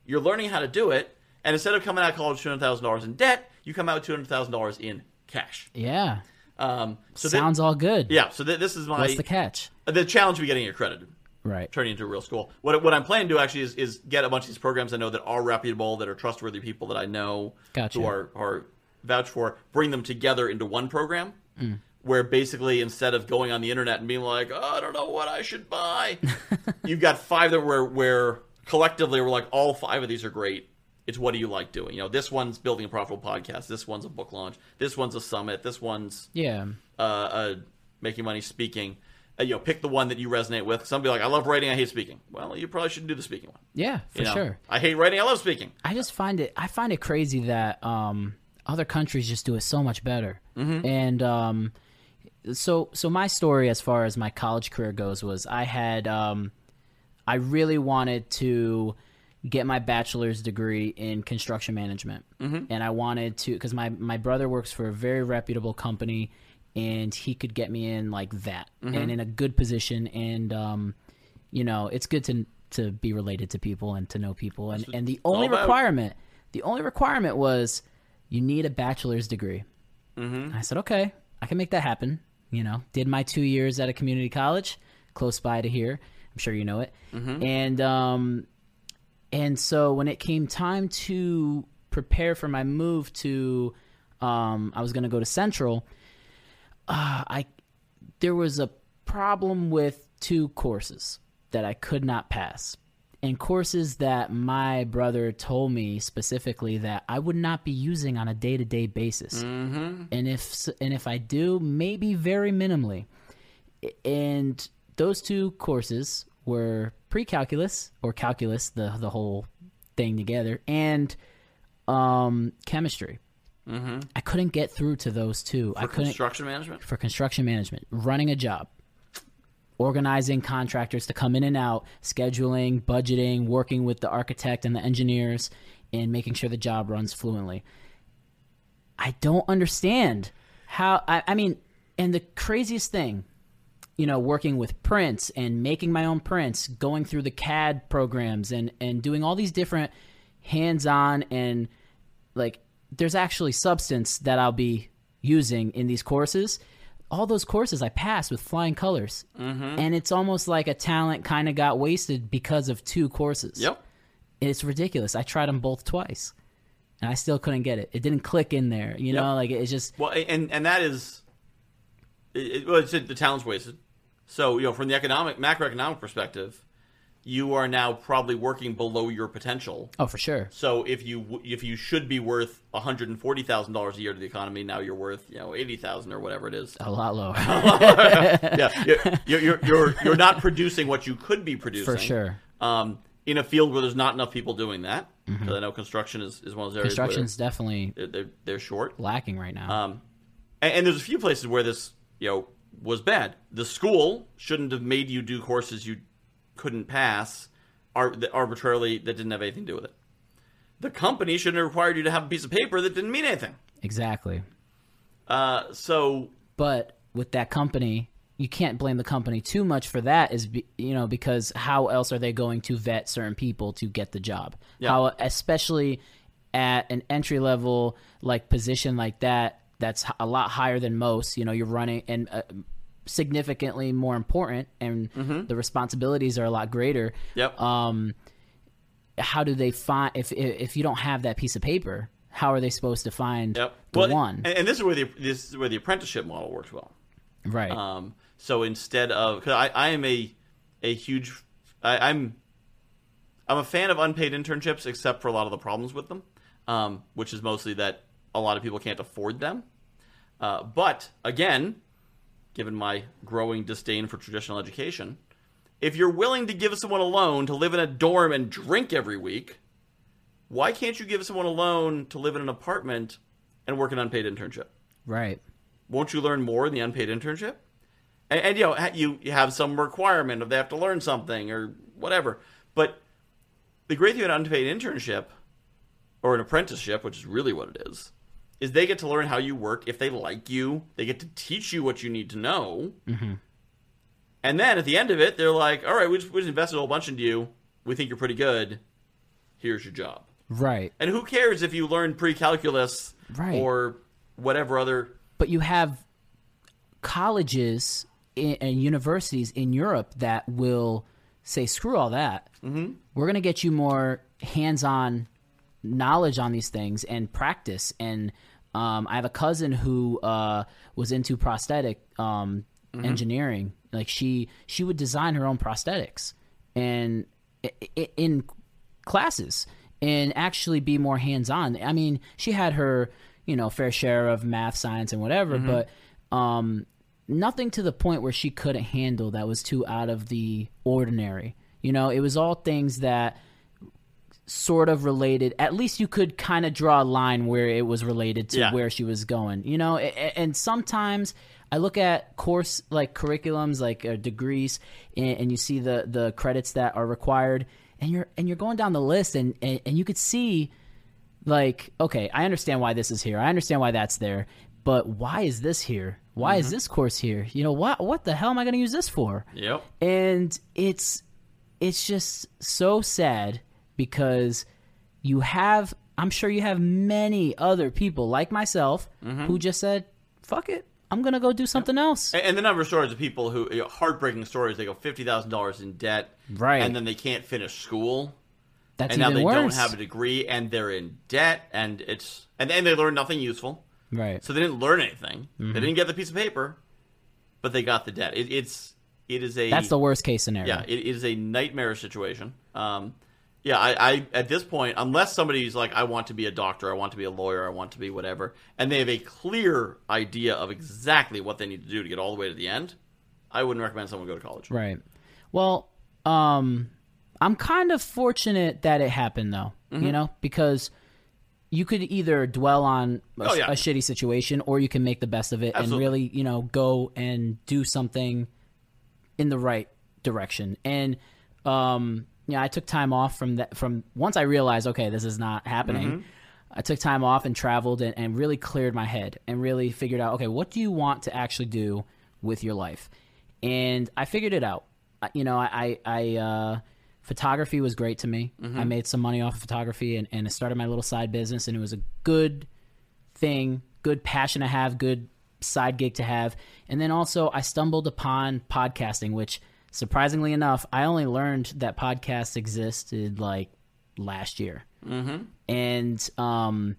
B: You're learning how to do it, and instead of coming out of college two hundred thousand dollars in debt, you come out with two hundred thousand dollars in cash.
A: Yeah.
B: Um, so thi-
A: Sounds all good.
B: yeah, so thi- this is my
A: What's the catch?
B: the challenge of getting accredited
A: Right.
B: turning into a real school. What what I'm planning to do actually is, is get a bunch of these programs I know that are reputable, that are trustworthy people that I know
A: Gotcha.
B: who are are vouch for, bring them together into one program.
A: Mm.
B: Where basically instead of going on the internet and being like, oh, I don't know what I should buy, you've got five that were where collectively we're like all five of these are great. It's what do you like doing? You know, this one's building a profitable podcast. This one's a book launch. This one's a summit. This one's
A: Yeah.
B: uh, uh, making money speaking. Uh, you know, pick the one that you resonate with. Some be like, I love writing, I hate speaking. Well, you probably shouldn't do the speaking one.
A: Yeah, for
B: You know?
A: sure.
B: I hate writing, I love speaking.
A: I just find it I find it crazy that um other countries just do it so much better. And um so so my story as far as my college career goes was I had um I really wanted to get my bachelor's degree in construction management. And I wanted to cuz my my brother works for a very reputable company and he could get me in like that and in a good position and um you know, it's good to to be related to people and to know people and and the only
B: about.
A: requirement the only requirement was you need a bachelor's degree. I said, okay, I can make that happen. You know, did my two years at a community college close by to here. I'm sure you know it. And um, and so when it came time to prepare for my move to, um, I was going to go to Central. Uh, I there was a problem with two courses that I could not pass. And courses that my brother told me specifically that I would not be using on a day to day basis and if s- and if I do, maybe very minimally. I- And those two courses were pre-calculus or calculus, the the whole thing together, and um, chemistry. Mm-hmm. I couldn't get through to those two. I couldn't
B: Construction management.
A: for construction management, running a job, organizing contractors to come in and out, scheduling, budgeting, working with the architect and the engineers, and making sure the job runs fluently. I don't understand how, I, I mean, and the craziest thing, you know, working with prints and making my own prints, going through the CAD programs and, and doing all these different hands on and like there's actually substance that I'll be using in these courses. All those courses I passed with flying colors, and it's almost like a talent kind of got wasted because of two courses.
B: Yep.
A: it's ridiculous. I tried them both twice, and I still couldn't get it. It didn't click in there, you know. Like it's just
B: Well, a- and and that is, it, it, well, it's, the talent's wasted. So you know, from the economic macroeconomic perspective, you are now probably working below your potential.
A: oh for sure,
B: So if you w- if you should be worth one hundred and forty thousand dollars a year to the economy, now you're worth you know eighty thousand or whatever it is.
A: a lot lower
B: yeah, you're- you're, you're you're you're not producing what you could be producing
A: for sure.
B: Um, in a field where there's not enough people doing that, 'Cause I know construction is, is one of those areas where
A: Mm-hmm. Construction's definitely
B: they're, they're, they're short.
A: lacking right now.
B: And, and there's a few places where this you know was bad. The school shouldn't have made you do courses you couldn't pass ar- that arbitrarily that didn't have anything to do with it. The company shouldn't have required you to have a piece of paper that didn't mean anything.
A: exactly.
B: Uh, so
A: But with that company, you can't blame the company too much for that is be, you know because how else are they going to vet certain people to get the job
B: Yeah.
A: how especially at an entry level like position like that that's h- a lot higher than most you know you're running and uh, significantly more important and
B: Mm-hmm.
A: the responsibilities are a lot greater
B: Yep.
A: um how do they find if if if you don't have that piece of paper how are they supposed to find
B: yep.
A: the
B: Well,
A: one
B: And, and this is where the this is where the apprenticeship model works well.
A: right
B: Um, so instead of because I, I am a a huge I, I'm I'm a fan of unpaid internships except for a lot of the problems with them, um, which is mostly that a lot of people can't afford them. Uh, but again, given my growing disdain for traditional education, if you're willing to give someone a loan to live in a dorm and drink every week, why can't you give someone a loan to live in an apartment and work an unpaid internship?
A: right
B: won't you learn more in the unpaid internship? And, and you know, ha- you, you have some requirement of they have to learn something or whatever. But the great thing about an unpaid internship or an apprenticeship, which is really what it is, is they get to learn how you work. If they like you, they get to teach you what you need to know. And then at the end of it, they're like, all right, we just, we just invested a whole bunch into you. We think you're pretty good. Here's your job.
A: right
B: And who cares if you learn pre calculus
A: Right.
B: or whatever other
A: but you have colleges i- and universities in Europe that will say, "Screw all that. Mm-hmm. We're going to get you more hands-on knowledge on these things and practice." And um, I have a cousin who uh, was into prosthetic um, engineering. Like she, she would design her own prosthetics and i- i- in classes and actually be more hands on. I mean, she had her, you know, fair share of math, science, and whatever, but um, nothing to the point where she couldn't handle that was too out of the ordinary. You know, it was all things that sort of related. At least you could kind of draw a line where it was related to
B: Yeah.
A: where she was going. You know, A- a- and sometimes I look at course like curriculums, like uh, degrees, and, and you see the the credits that are required, and you're and you're going down the list, and and, and you could see. Like, okay, I understand why this is here. I understand why that's there, but why is this here? Why is this course here? You know, what what the hell am I going to use this for?
B: Yep.
A: and it's it's just so sad because you have i'm sure you have many other people like myself
B: Mm-hmm.
A: who just said fuck it i'm gonna go do something else
B: And, and the number of stories of people who you know, heartbreaking stories. They go fifty thousand dollars in debt,
A: Right.
B: And then they can't finish school,
A: that's
B: and now
A: even
B: they
A: worse
B: don't have a degree, and they're in debt, and it's and, and they learn nothing useful.
A: right
B: So they didn't learn anything.
A: Mm-hmm.
B: They didn't get the piece of paper, but they got the debt. It, it's it is a
A: that's the worst case scenario
B: yeah. It is a nightmare situation. Um, yeah, I, I at this point, unless somebody's like, I want to be a doctor, I want to be a lawyer, I want to be whatever, and they have a clear idea of exactly what they need to do to get all the way to the end, I wouldn't recommend someone go to college.
A: Right. Well, um, I'm kind of fortunate that it happened though,
B: Mm-hmm.
A: you know, because you could either dwell on a,
B: Oh, yeah.
A: a shitty situation or you can make the best of it
B: Absolutely.
A: and really, you know, go and do something in the right direction. And, um, yeah, I took time off from that. From once I realized, okay, this is not happening. I took time off and traveled and, and really cleared my head and really figured out, okay, what do you want to actually do with your life? And I figured it out. I- You know, I, I, I uh, photography was great to me. I made some money off of photography and, and I started my little side business and it was a good thing, good passion to have, good side gig to have. And then also, I stumbled upon podcasting, which surprisingly enough, I only learned that podcasts existed like last year. Mm-hmm. And um,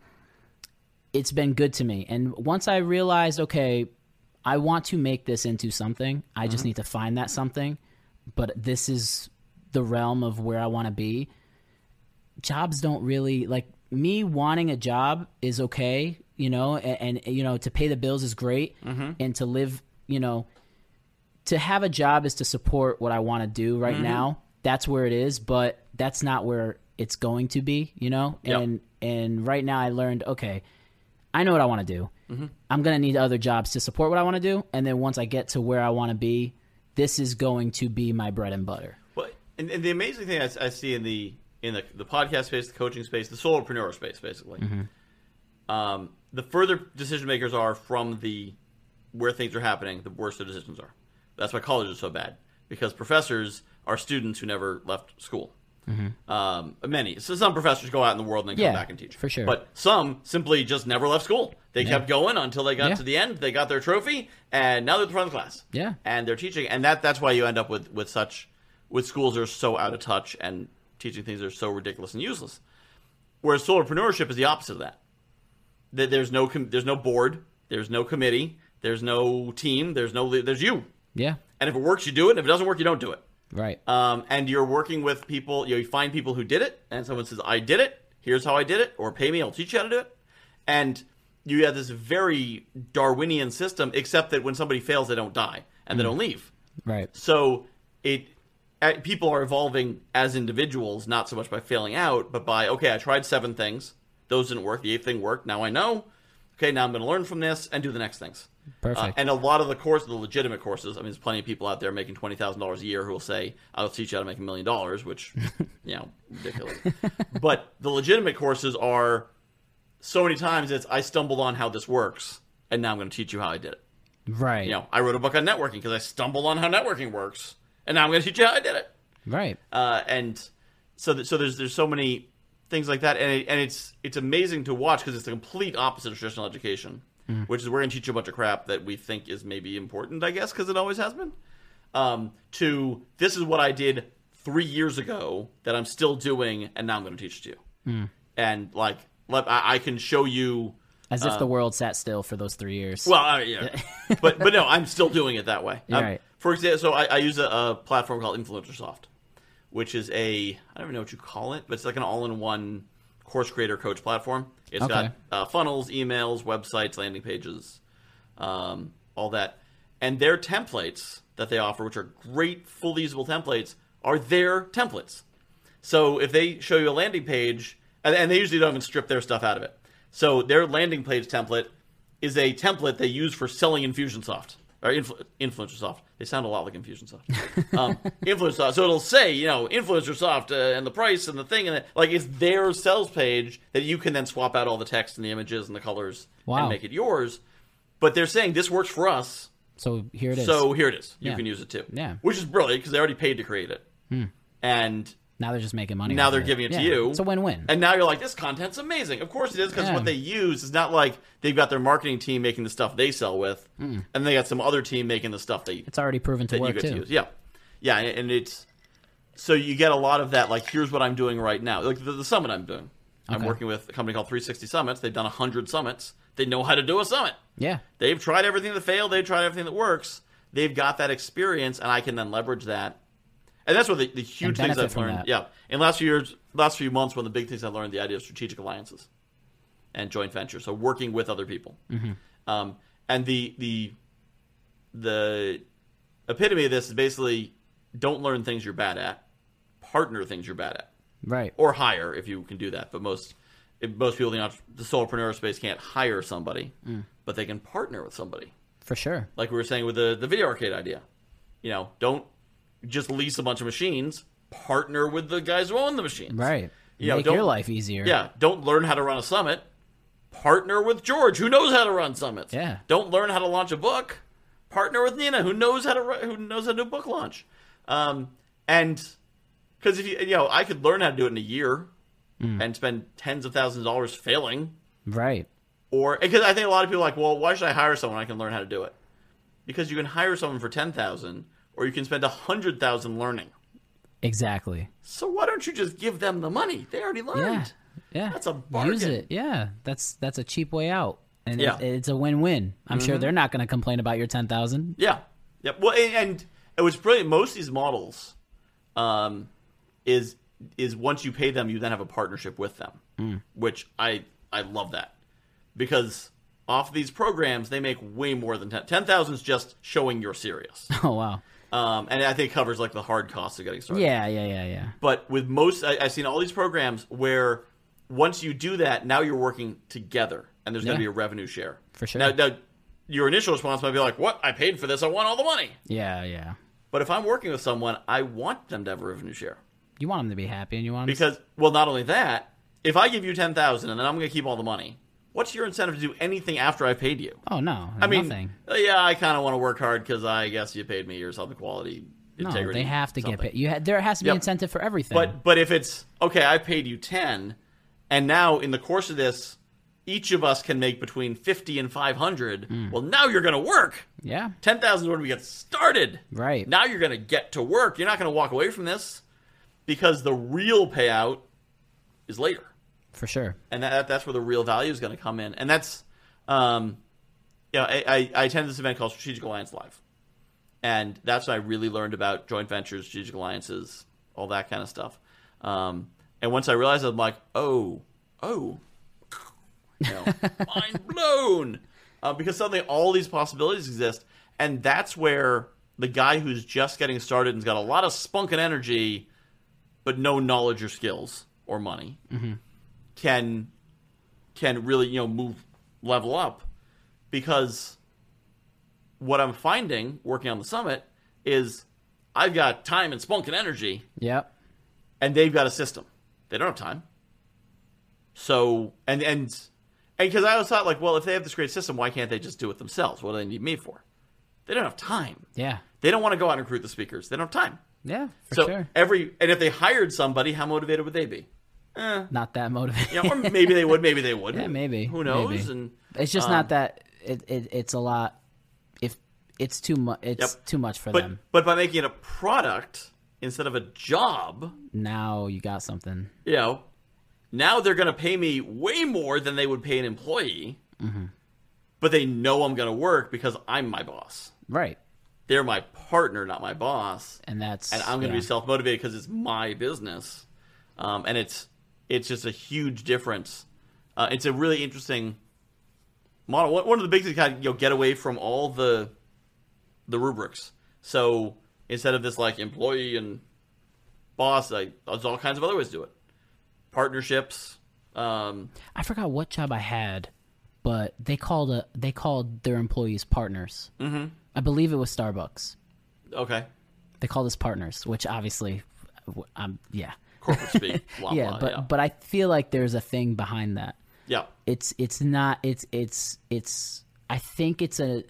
A: it's been good to me. And once I realized, okay, I want to make this into something, I just need to find that something. But this is the realm of where I want to be jobs don't really like me wanting a job is okay, you know, and, and you know to pay the bills is great, and to live, you know, to have a job is to support what I want to do right now. That's where it is, but that's not where it's going to be, you know.
B: Yep.
A: And and right now I learned okay, I know what I want to do. I'm gonna need other jobs to support what I want to do, and then once I get to where I want to be, this is going to be my bread and butter.
B: Well, and, and the amazing thing I, s- I see in the in the, the podcast space, the coaching space, the solopreneur space, basically,
A: Mm-hmm.
B: um, the further decision makers are from the where things are happening, the worse the decisions are. That's why colleges are so bad because professors are students who never left school. Um, many. So some professors go out in the world and then come
A: Mm-hmm. Yeah,
B: back and teach.
A: for sure.
B: But some simply just never left school. They kept going until they got
A: Yeah.
B: to the end. They got their trophy, and now they're at the front of the class.
A: Yeah.
B: And they're teaching, and that that's why you end up with with such with schools that are so out of touch and teaching things that are so ridiculous and useless. Whereas solopreneurship is the opposite of that. That there's no com- there's no board, there's no committee, there's no team, there's no le- there's you.
A: Yeah.
B: And if it works, you do it. And if it doesn't work, you don't do it.
A: Right.
B: Um, and you're working with people. You, know, you find people who did it, and someone says, "I did it. Here's how I did it," or "Pay me, I'll teach you how to do it." And you have this very Darwinian system, except that when somebody fails, they don't die and they don't leave.
A: right.
B: So it uh, people are evolving as individuals, not so much by failing out, but by okay, I tried seven things, those didn't work. The eighth thing worked. Now I know. Okay, now I'm going to learn from this and do the next things. Uh,
A: Perfect.
B: and a lot of the course, the legitimate courses. I mean, there's plenty of people out there making twenty thousand dollars a year who will say, "I'll teach you how to make a million dollars," which, you know, ridiculous. but the legitimate courses are so many times it's I stumbled on how this works, and now I'm going to teach you how I did it
A: Right.
B: you know, I wrote a book on networking because I stumbled on how networking works, and now I'm going to teach you how I did it.
A: Right.
B: Uh, and so, th- so there's there's so many things like that, and it, and it's it's amazing to watch because it's the complete opposite of traditional education, which is we're going to teach you a bunch of crap that we think is maybe important, I guess, because it always has been. Um, to this is what I did three years ago that I'm still doing, and now I'm going to teach it to you. And like, let, I, I can show you.
A: As if the world sat still for those three years.
B: Well, I yeah, but but no, I'm still doing it that way. Um,
A: right.
B: For example, so I, I use a, a platform called InfluencerSoft, which is a I don't even know what you call it, but it's like an all-in-one course creator coach platform. It's
A: Okay.
B: got uh, funnels, emails, websites, landing pages, um, all that, and their templates that they offer, which are great, fully usable templates, are their templates. So if they show you a landing page, and, and they usually don't even strip their stuff out of it. So their landing page template is a template they use for selling Infusionsoft or Influ- InfluencerSoft. They sound a lot like Infusionsoft. Um, InfluencerSoft. So it'll say, you know, InfluencerSoft uh, and the price and the thing and it, like it's their sales page that you can then swap out all the text and the images and the colors
A: Wow.
B: and make it yours. But they're saying this works for us.
A: so here it is.
B: So here it is. You
A: Yeah.
B: can use it too.
A: Yeah. Hmm.
B: Which is brilliant because they already paid to create it. And
A: now they're just making money.
B: now
A: off
B: they're
A: of
B: giving it to
A: Yeah.
B: you.
A: It's a win-win.
B: And now you're like, this content's amazing. Of course it is, because
A: Yeah.
B: what they use is not like they've got their marketing team making the stuff they sell with, and they got some other team making the stuff they
A: Hmm. it's already proven to
B: that you
A: work
B: get to
A: too.
B: use. Yeah, yeah, and and it's so you get a lot of that. Like, here's what I'm doing right now. Like the, the summit I'm doing. I'm
A: Okay.
B: working with a company called 360 Summits. They've done hundred summits. They know how to do a summit.
A: Yeah.
B: They've tried everything that failed. They've tried everything that works. They've got that experience, and I can then leverage that. And that's one of the, the huge things
A: benefit
B: I've
A: from
B: learned.
A: that.
B: Yeah, in the last few years, last few months, one of the big things I learned the idea of strategic alliances and joint ventures. So working with other people,
A: Mm-hmm.
B: um, and the the the epitome of this is basically don't learn things you're bad at, partner things you're bad at
A: Right.
B: or hire if you can do that. But most if most people in the entre- the solopreneur space can't hire somebody, but they can partner with somebody.
A: For sure.
B: Like we were saying with the the video arcade idea, you know, don't just lease a bunch of machines. Partner with the guys who own the machines.
A: Right.
B: You know,
A: Make
B: don't-
A: your life easier.
B: Yeah. Don't learn how to run a summit. Partner with George, who knows how to run summits.
A: Yeah.
B: Don't learn how to launch a book. Partner with Nina, who knows how to ru- who knows how to do book launch. Um, and because if you you know, I could learn how to do it in a year
A: Hmm.
B: and spend tens of thousands of dollars failing.
A: Right.
B: Or because I think a lot of people are like, well, why should I hire someone I can learn how to do it? Because you can hire someone for ten thousand, or you can spend a hundred thousand learning.
A: Exactly.
B: So why don't you just give them the money? They already
A: Yeah.
B: learned.
A: Yeah.
B: That's a
A: Use
B: bargain.
A: it. Yeah. That's that's a cheap way out. And
B: Yeah.
A: it- it's a win-win. I'm sure they're not going to complain about your 10,000.
B: Yeah. Yep. Well, and, and it was brilliant. Most of these models, um, is is once you pay them, you then have a partnership with them,
A: Hmm.
B: which I I love that because off these programs they make way more than ten ten thousand is just showing you're serious,
A: Oh wow.
B: um, and I think it covers like the hard costs of getting started.
A: Yeah, yeah, yeah, yeah.
B: But with most, I, I've seen all these programs where once you do that, now you're working together, and there's going
A: Yeah.
B: to be a revenue share
A: For sure.
B: Now, now, your initial response might be like, "What? I paid for this. I want all the money."
A: Yeah, yeah.
B: But if I'm working with someone, I want them to have a revenue share
A: You want them to be happy and you want 'em to-
B: because, well, not only that, if I give you ten thousand and then I'm going to keep all the money, what's your incentive to do anything after I paid you?
A: Oh no,
B: I mean,
A: nothing.
B: uh, yeah, I kind of want to work hard because I guess you paid me or something. Quality, integrity.
A: no, they have to
B: something.
A: get paid. You ha- there has to be
B: Yep.
A: incentive for everything.
B: But but if it's okay, I paid you ten, and now in the course of this, each of us can make between fifty and five hundred.
A: Hmm.
B: Well, now you're gonna work.
A: yeah,
B: Ten thousand when we get started.
A: Right.
B: now, you're gonna get to work. You're not gonna walk away from this because the real payout is later,
A: for sure.
B: and that that's where the real value is gonna come in. And that's, um, you know, I, I, I attended this event called Strategic Alliance Live, and that's when I really learned about joint ventures, strategic alliances, all that kind of stuff. Um, and once I realized, it, I'm like, oh, oh, you know, mind blown, uh, because suddenly all these possibilities exist, and that's where the guy who's just getting started and's got a lot of spunk and energy, but no knowledge or skills or money, can can really you know move level up, because what I'm finding working on the summit is I've got time and spunk and energy,
A: Yep.
B: and they've got a system. They don't have time. So and and and because I always thought like, well, if they have this great system, why can't they just do it themselves? What do they need me for? They don't have time.
A: Yeah.
B: They don't want to go out and recruit the speakers. They don't have time.
A: Yeah. For
B: so
A: sure.
B: every and if they hired somebody, how motivated would they be?
A: Not that motivating.
B: You know, or maybe they would, maybe they wouldn't.
A: Yeah, maybe,
B: Who knows?
A: maybe.
B: And
A: It's
B: Um,
A: just not that. It, it it's a lot. If it's too much, it's
B: Yep.
A: too much for
B: but
A: them.
B: but by making it a product instead of a job,
A: Now you got something.
B: you know, now they're going to pay me way more than they would pay an employee, but they know I'm going to work because I'm my boss.
A: Right.
B: They're my partner, not my boss,
A: And that's
B: and I'm going to
A: yeah.
B: be self motivated because it's my business, um, and it's it's just a huge difference. Uh, it's a really interesting model. One one of the big things kind of you know, get away from all the the rubrics. So instead of this like employee and boss, I, there's all kinds of other ways to do it. Partnerships. Um,
A: I forgot what job I had, but they called a they called their employees partners. Mm-hmm. I believe it was Starbucks.
B: okay,
A: They called us partners, which obviously, w- um, yeah,
B: corporate speak. Blah,
A: yeah.
B: blah,
A: but
B: yeah.
A: but I feel like there's a thing behind that.
B: yeah,
A: It's it's not it's it's it's I think it's a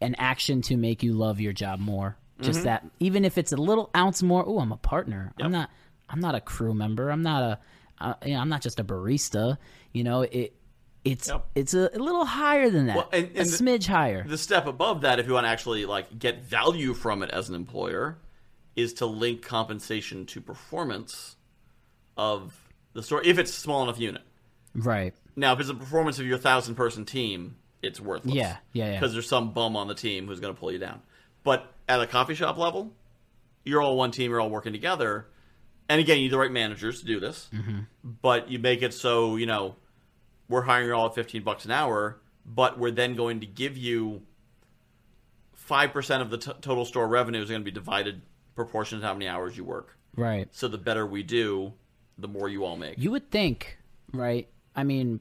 A: an action to make you love your job more. Just
B: Mm-hmm.
A: that, even if it's a little ounce more. Oh, I'm a partner. I'm not. I'm not a crew member. I'm not a. Uh, you know, I'm not just a barista. You know it. It's
B: Yep.
A: it's a, a little higher than that.
B: Well, and-
A: a
B: and the-
A: smidge higher.
B: the step above that, if you want to actually like get value from it as an employer, is to link compensation to performance of the store if it's a small enough unit.
A: right.
B: Now, if it's a performance of your thousand person team, it's worthless.
A: Yeah, yeah, yeah.
B: Because there's some bum on the team who's going to pull you down. But at a coffee shop level, you're all one team. You're all working together. And again, you need the right managers to do this. But you make it so you know we're hiring you all at 15 bucks an hour, but we're then going to give you five percent of the t- total store revenue is going to be divided proportion to how many hours you work.
A: Right.
B: So the better we do, the more you all make.
A: You would think, right? I mean,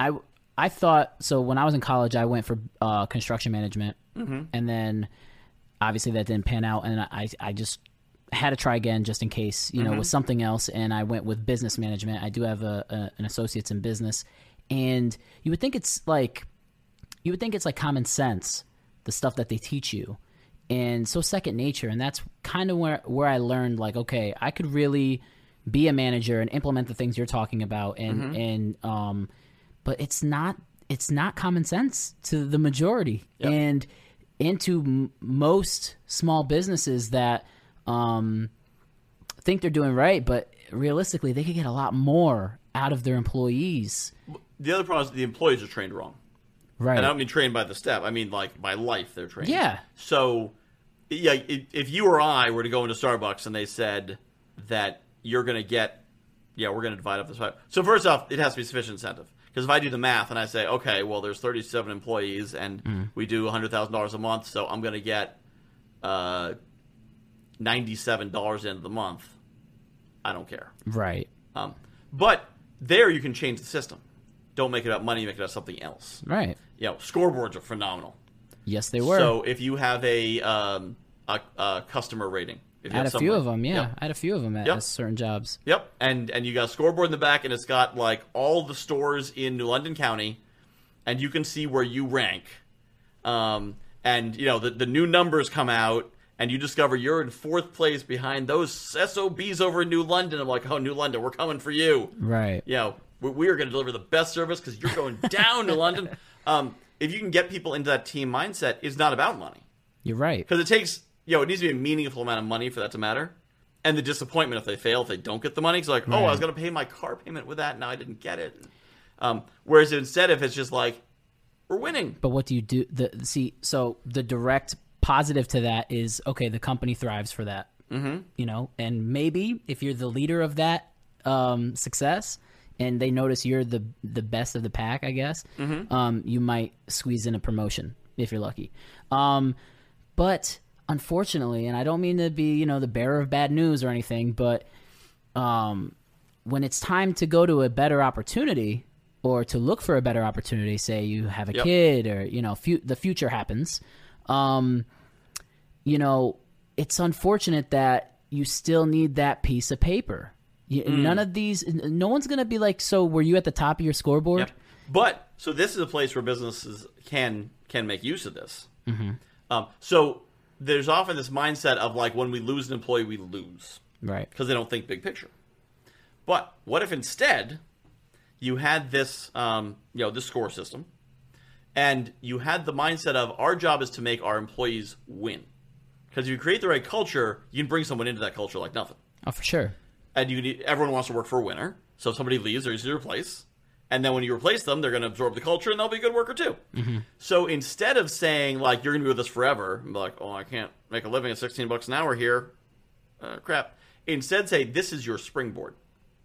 A: I I thought so. When I was in college, I went for uh, construction management, and then obviously that didn't pan out, and I I just had to try again just in case, you know, with something else, and I went with business management. I do have a, a an associate's in business, and you would think it's like you would think it's like common sense the stuff that they teach you and so second nature and that's kind of where where i learned like okay i could really be a manager and implement the things you're talking about and and um but it's not it's not common sense to the majority and into m- most small businesses that um think they're doing right but realistically they could get a lot more out of their employees
B: The other problem is the employees are trained wrong.
A: right
B: And I don't mean trained by the step. I mean like by life they're trained.
A: Yeah.
B: So, yeah, i- if you or I were to go into Starbucks and they said that you're going to get, yeah, we're going to divide up this. Five. So first off, it has to be sufficient incentive. Because if I do the math and I say, okay, well, there's 37 employees and
A: Mm-hmm.
B: we do $100,000 a month, so I'm going to get uh, $97 into the month. I don't care.
A: right
B: Um, but there you can change the system. Don't make it about money, make it about something else
A: right
B: you know, scoreboards are phenomenal.
A: yes they were
B: So if you have a um, a, a customer rating, If
A: I had a
B: have
A: few
B: someone-
A: of them. Yeah,
B: Yep.
A: I had a few of them at
B: Yep.
A: certain jobs.
B: Yep. And and you got a scoreboard in the back, and it's got like all the stores in New London County, and you can see where you rank. Um, and you know the the new numbers come out, and you discover you're in fourth place behind those SOBs over in New London. I'm like, oh, New London, we're coming for you.
A: Right.
B: You know, we, we are going to deliver the best service because you're going down to London. Um, if you can get people into that team mindset, it's not about money
A: You're right.
B: because it takes you know it needs to be a meaningful amount of money for that to matter and the disappointment if they fail if they don't get the money it's like oh i was going to pay my car payment with that now i didn't get it um, whereas instead if it's just like we're winning
A: But what do you do? The see, so the direct positive to that is okay. The company thrives for that, mm-hmm. you know, and maybe if you're the leader of that um, success, and they notice you're the the best of the pack, I guess, um, you might squeeze in a promotion if you're lucky. Um, but unfortunately, and I don't mean to be you know the bearer of bad news or anything, but um, when it's time to go to a better opportunity or to look for a better opportunity, say you have a
B: Yep.
A: kid or you know fu- the future happens, um, you know it's unfortunate that you still need that piece of paper. You,
B: Hmm.
A: None of these, n- no one's gonna be like, so were you at the top of your scoreboard?
B: Yep. But so this is a place where businesses can can make use of this. Mm-hmm. Um, so there's often this mindset of like when we lose an employee, we lose
A: Right.
B: because they don't think big picture. But what if instead you had this um, you know this score system, and you had the mindset of our job is to make our employees win. Because if you create the right culture, you can bring someone into that culture like nothing
A: Oh, for sure.
B: and you need, everyone wants to work for a winner. So if somebody leaves, they're easy to replace. And then when you replace them, they're going to absorb the culture and they'll be a good worker too. So instead of saying like you're going to be with us forever, and be like oh I can't make a living at 16 bucks an hour here, uh, crap. Instead, say this is your springboard.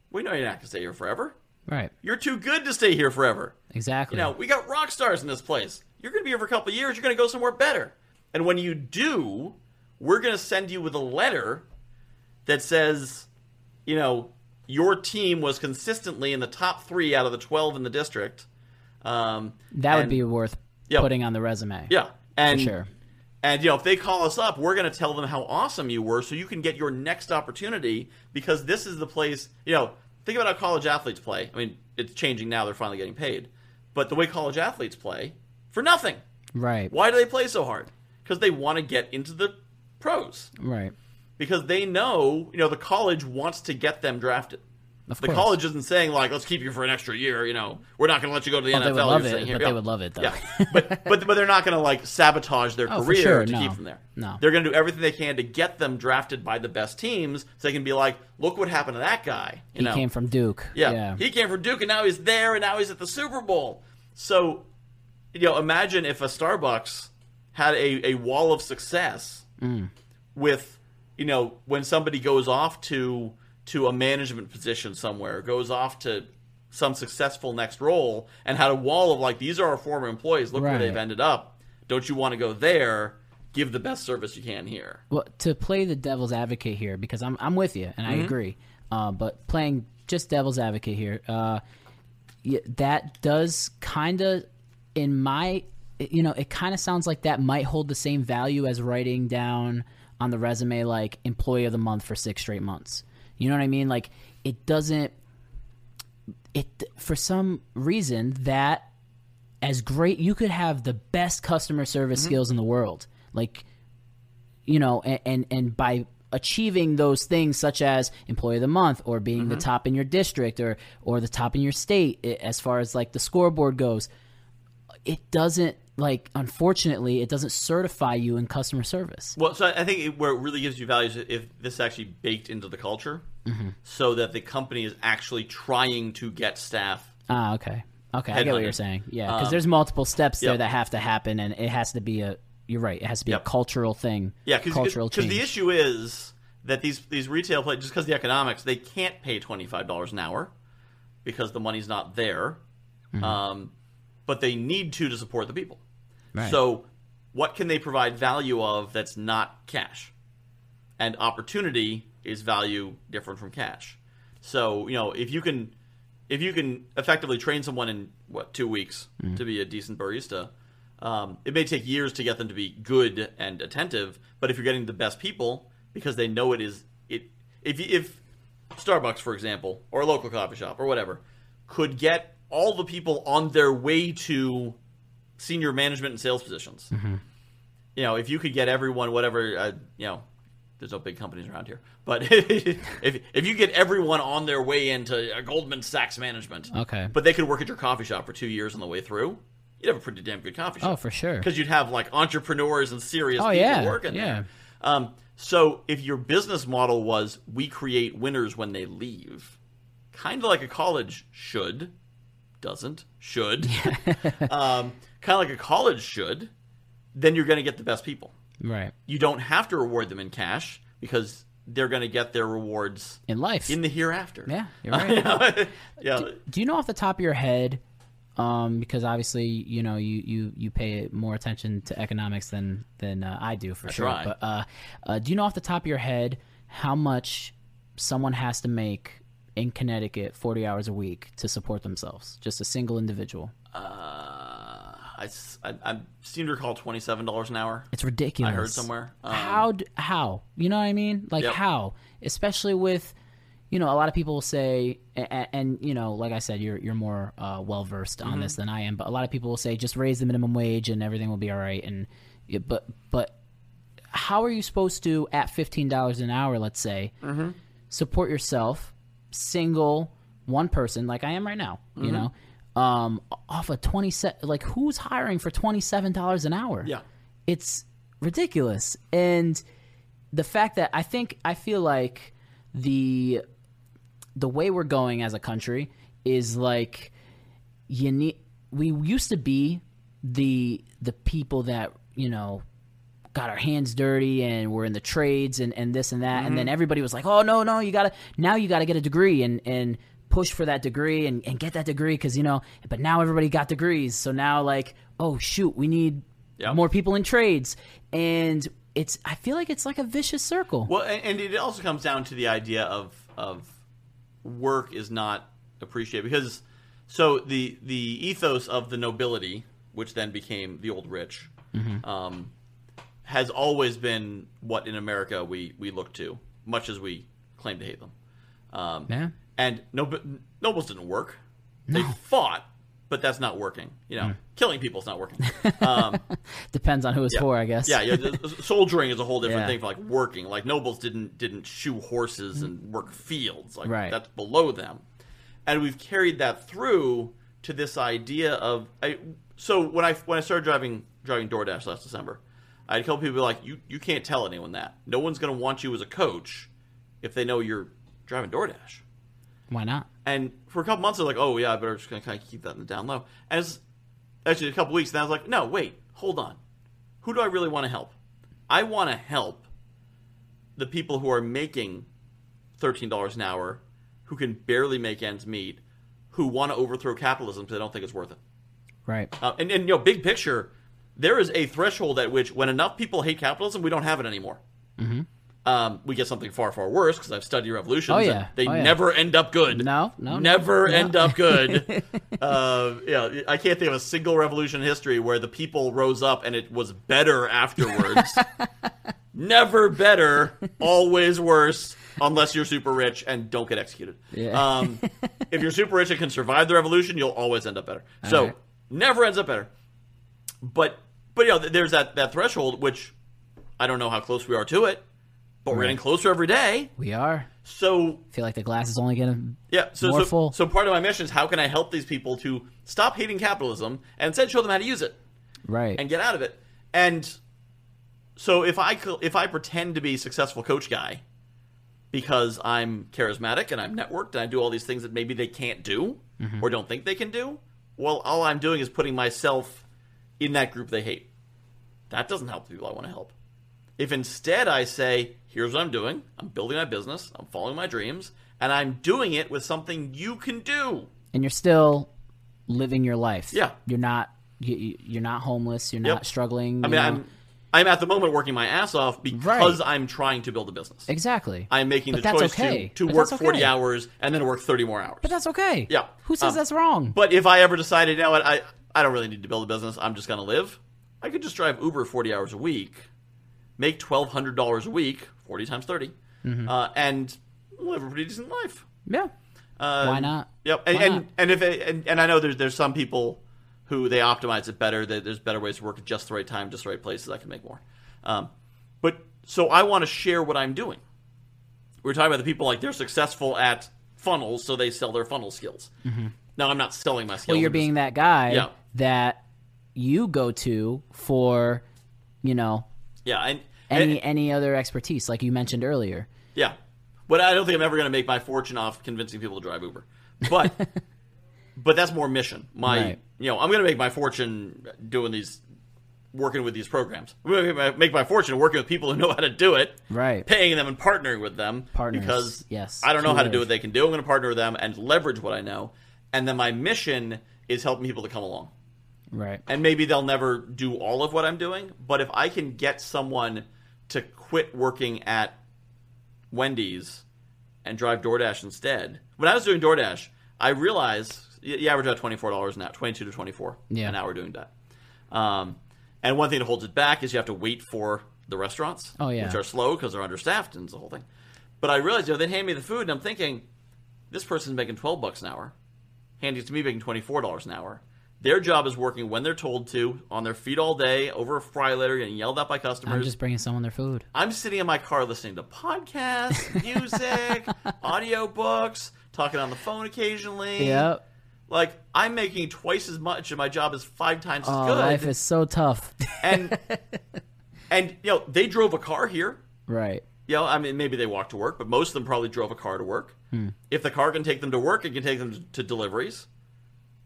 B: We know you're not going to stay here forever.
A: Right.
B: You're too good to stay here forever.
A: Exactly.
B: You know we got rock stars in this place. You're going to be here for a couple of years. You're going to go somewhere better. And when you do, we're going to send you with a letter that says you know, your team was consistently in the top three out of the 12 in the district. Um,
A: that would
B: and-
A: be worth
B: Yep.
A: putting on the resume.
B: yeah. And,
A: For sure.
B: and, you know, if they call us up, we're going to tell them how awesome you were so you can get your next opportunity because this is the place, you know, think about how college athletes play. I mean, it's changing now, they're finally getting paid. But the way college athletes play, for nothing.
A: Right.
B: Why do they play so hard? Because they want to get into the pros.
A: Right.
B: because they know, you know, the college wants to get them drafted. the
A: course.
B: college isn't saying like, "Let's keep you for an extra year." You know, we're not going to let you go to the NFL.
A: they would
B: You're
A: love
B: staying
A: it,
B: here.
A: but they
B: Yeah.
A: would love it, though.
B: Yeah, but, but but they're not going to like sabotage their
A: Oh, for
B: career
A: sure,
B: to
A: no.
B: keep them there.
A: No.
B: they're going to do everything they can to get them drafted by the best teams, so they can be like, "Look what happened to that guy." You
A: He
B: know,
A: came from Duke.
B: yeah. He came from Duke and now he's there and now he's at the Super Bowl. So, you know, imagine if a Starbucks had a, a wall of success with, you know, when somebody goes off to to a management position somewhere, goes off to some successful next role and had a wall of like these are our former employees, look where
A: Right.
B: they've ended up. Don't you want to go there? Give the best service you can here.
A: Well, to play the devil's advocate here, because I'm I'm with you and I agree, uh, but playing just devil's advocate here, uh, y- that does kind of, in my, you know, it kind of sounds like that might hold the same value as writing down on the resume like employee of the month for six straight months. You know what I mean? Like it doesn't. It for some reason that as great you could have the best customer service skills in the world like you know and, and and by achieving those things such as employee of the month or being
B: Mm-hmm.
A: the top in your district or or the top in your state i- as far as like the scoreboard goes it doesn't like unfortunately it doesn't certify you in customer service
B: Well, so I think it, where it really gives you value is if this is actually baked into the culture,
A: Mm-hmm.
B: so that the company is actually trying to get staff.
A: ah okay okay i get what
B: Headhunter. Um,
A: you're saying yeah because there's multiple steps there
B: yep.
A: that have to happen and it has to be a you're right it has to be
B: Yep.
A: a cultural thing
B: Yeah,
A: cultural
B: because
A: change
B: the issue is that these these retail players, just because the economics, they can't pay twenty five dollars an hour because the money's not there,
A: Mm-hmm.
B: um, but they need to to support the people.
A: Right.
B: So, what can they provide value of that's not cash? And opportunity is value different from cash. So, you know, if you can if you can effectively train someone in what two weeks to be a decent barista, um, it may take years to get them to be good and attentive. But if you're getting the best people, because they know it is it. If you- if Starbucks, for example, or a local coffee shop or whatever, could get all the people on their way to senior management and sales positions,
A: Mm-hmm.
B: you know, if you could get everyone, whatever, uh, you know, there's no big companies around here, but if if you get everyone on their way into a Goldman Sachs management,
A: Okay.
B: but they could work at your coffee shop for two years on the way through. You'd have a pretty damn good coffee shop.
A: Oh, for sure.
B: Because you'd have like entrepreneurs and serious
A: Oh,
B: people
A: yeah,
B: working
A: yeah.
B: there. Um, so if your business model was we create winners when they leave, kind of like a college should, doesn't should, um, kind of like a college should, then you're going to get the best people.
A: Right.
B: You don't have to reward them in cash because they're going to get their rewards
A: In life.
B: in the hereafter.
A: yeah, you're right.
B: yeah.
A: Do you know off the top of your head? Um, because obviously, you know, you, you, you pay more attention to economics than than uh, I do for sure.
B: try.
A: But uh, uh, do you know off the top of your head how much someone has to make in Connecticut forty hours a week to support themselves? Just a single individual.
B: Uh, I, s- I- I seem to recall twenty seven dollars an hour.
A: It's ridiculous.
B: I heard somewhere. Um,
A: how d- how you know what I mean? Like
B: Yep.
A: how, especially with, you know, a lot of people will say, and, and you know, like I said, you're you're more uh, well versed
B: Mm-hmm.
A: on this than I am, but a lot of people will say just raise the minimum wage and everything will be all right. And yeah, but but how are you supposed to at fifteen dollars an hour, let's say,
B: Mm-hmm.
A: support yourself, single, one person like I am right now,
B: Mm-hmm.
A: you know? Um, off a twenty set, like who's hiring for twenty seven dollars an hour?
B: Yeah.
A: it's ridiculous and the fact that i think i feel like the the way we're going as a country is like you need we used to be the the people that you know got our hands dirty and we're in the trades and, and this and that and then everybody was like oh no no you gotta now you gotta get a degree and and push for that degree and, and get that degree because you know but now everybody got degrees so now like oh shoot we need
B: Yeah.
A: more people in trades and it's i feel like it's like a vicious circle
B: Well, and, and it also comes down to the idea of of work is not appreciated because so the the ethos of the nobility, which then became the old rich, um, has always been what in America we we look to, much as we claim to hate them. Um,
A: Yeah.
B: And nob- nobles didn't work; they fought, but that's not working. You know, killing people's not working. Um,
A: depends on who it's for i guess
B: yeah, yeah. the- the Soldiering is a whole different
A: Yeah.
B: thing for like working. Like nobles didn't didn't shoe horses and work fields. Like
A: Right.
B: that's below them. And we've carried that through to this idea of I. So when I when I started driving driving DoorDash last December, I had a couple people be like, "You you can't tell anyone that. No one's going to want you as a coach if they know you're driving DoorDash."
A: why not
B: And for a couple months, I was like, oh, yeah, I better just kind of keep that in the down low. As actually a couple weeks, then I was like, no, wait, hold on. Who do I really want to help? I want to help the people who are making $13 an hour, who can barely make ends meet, who want to overthrow capitalism because they don't think it's worth it.
A: right
B: Uh, and, and, you know, big picture, there is a threshold at which when enough people hate capitalism, we don't have it anymore. Um, we get something far, far worse because I've studied revolutions.
A: Mm-hmm. Oh,
B: and
A: yeah.
B: they
A: Oh, yeah.
B: never end up good.
A: No, no, no.
B: Never
A: No.
B: end up good. uh, yeah, I can't think of a single revolution in history where the people rose up and it was better afterwards. never better, always worse, unless you're super rich and don't get executed.
A: Yeah.
B: Um, if you're super rich and can survive the revolution, you'll always end up better. so
A: right.
B: never ends up better. But but you know, th- there's that that threshold which I don't know how close we are to it, but we're getting closer every day.
A: we are
B: So
A: feel like the glass is only gonna
B: yeah, so
A: More
B: so,
A: full.
B: so part of my mission is how can I help these people to stop hating capitalism and instead show them how to use it
A: right
B: and get out of it. And so if I co- if I pretend to be a successful coach guy because I'm charismatic and I'm networked and I do all these things that maybe they can't do or don't think they can do, well, all I'm doing is putting myself in that group they hate. That doesn't help the people I want to help. If instead I say, here's what I'm doing, I'm building my business, I'm following my dreams, and I'm doing it with something you can do.
A: and you're still living your life.
B: Yeah.
A: you're not you- you, you're not homeless. You're
B: Yep.
A: not struggling.
B: I mean, I'm I'm at the moment working my ass off because I'm trying to build a business.
A: exactly.
B: I'm making
A: But
B: the
A: that's
B: choice
A: okay.
B: to, to
A: But
B: work
A: that's
B: 40
A: okay.
B: hours and then work 30 more hours.
A: but that's okay.
B: Yeah.
A: Who says
B: Um,
A: that's wrong?
B: But if I ever decided, you know what, I, I don't really need to build a business, I'm just going to live, I could just drive Uber 40 hours a week, make $1,200 a week, 40 times 30,
A: Mm-hmm.
B: uh, and live a pretty decent life.
A: Yeah.
B: Uh,
A: Why not?
B: Yep. And
A: Why
B: and,
A: not?
B: and if it, and, and I know there's there's some people who they optimize it better. That there's better ways to work at just the right time, just the right places. I can make more. Um, but so I want to share what I'm doing. We We're talking about the people like they're successful at funnels, so they sell their funnel skills. Now I'm not selling my skills.
A: Mm-hmm. Well, you're
B: I'm just-
A: being that guy
B: Yeah.
A: that you go to for, you know,
B: yeah, and,
A: any
B: and-
A: any other expertise, like you mentioned earlier.
B: yeah. But I don't think I'm ever going to make my fortune off convincing people to drive Uber. But but that's more mission. My
A: Right.
B: you know I'm going to make my fortune doing these working with these programs. I'm going to make my fortune working with people who know how to do it,
A: Right.
B: paying them and partnering with them.
A: Partners,
B: Because
A: yes,
B: I don't know
A: to
B: how to do
A: live.
B: what they can do. I'm going to partner with them and leverage what I know. And then my mission is helping people to come along.
A: Right.
B: And maybe they'll never do all of what I'm doing, but if I can get someone to quit working at Wendy's and drive DoorDash instead. When I was doing DoorDash, I realized you you average out twenty four dollars an hour, twenty two to twenty four
A: Yeah.
B: an hour doing that. Um, and one thing that holds it back is you have to wait for the restaurants,
A: Oh, yeah.
B: which are slow because they're understaffed and it's the whole thing. But I realized, you know, they hand me the food and I'm thinking, this person's making twelve bucks an hour, handing it to me making twenty four dollars an hour. Their job is working when they're told to, on their feet all day, over a fry later, getting yelled at by customers.
A: I'm just bringing someone their food.
B: I'm sitting in my car listening to podcasts, music, audiobooks, talking on the phone occasionally.
A: Yep.
B: Like I'm making twice as much and my job is five times as
A: Oh,
B: good.
A: life is so tough.
B: and and you know, they drove a car here.
A: right.
B: You know, I mean maybe they walked to work, but most of them probably drove a car to work. If the car can take them to work, it can take them to, to deliveries.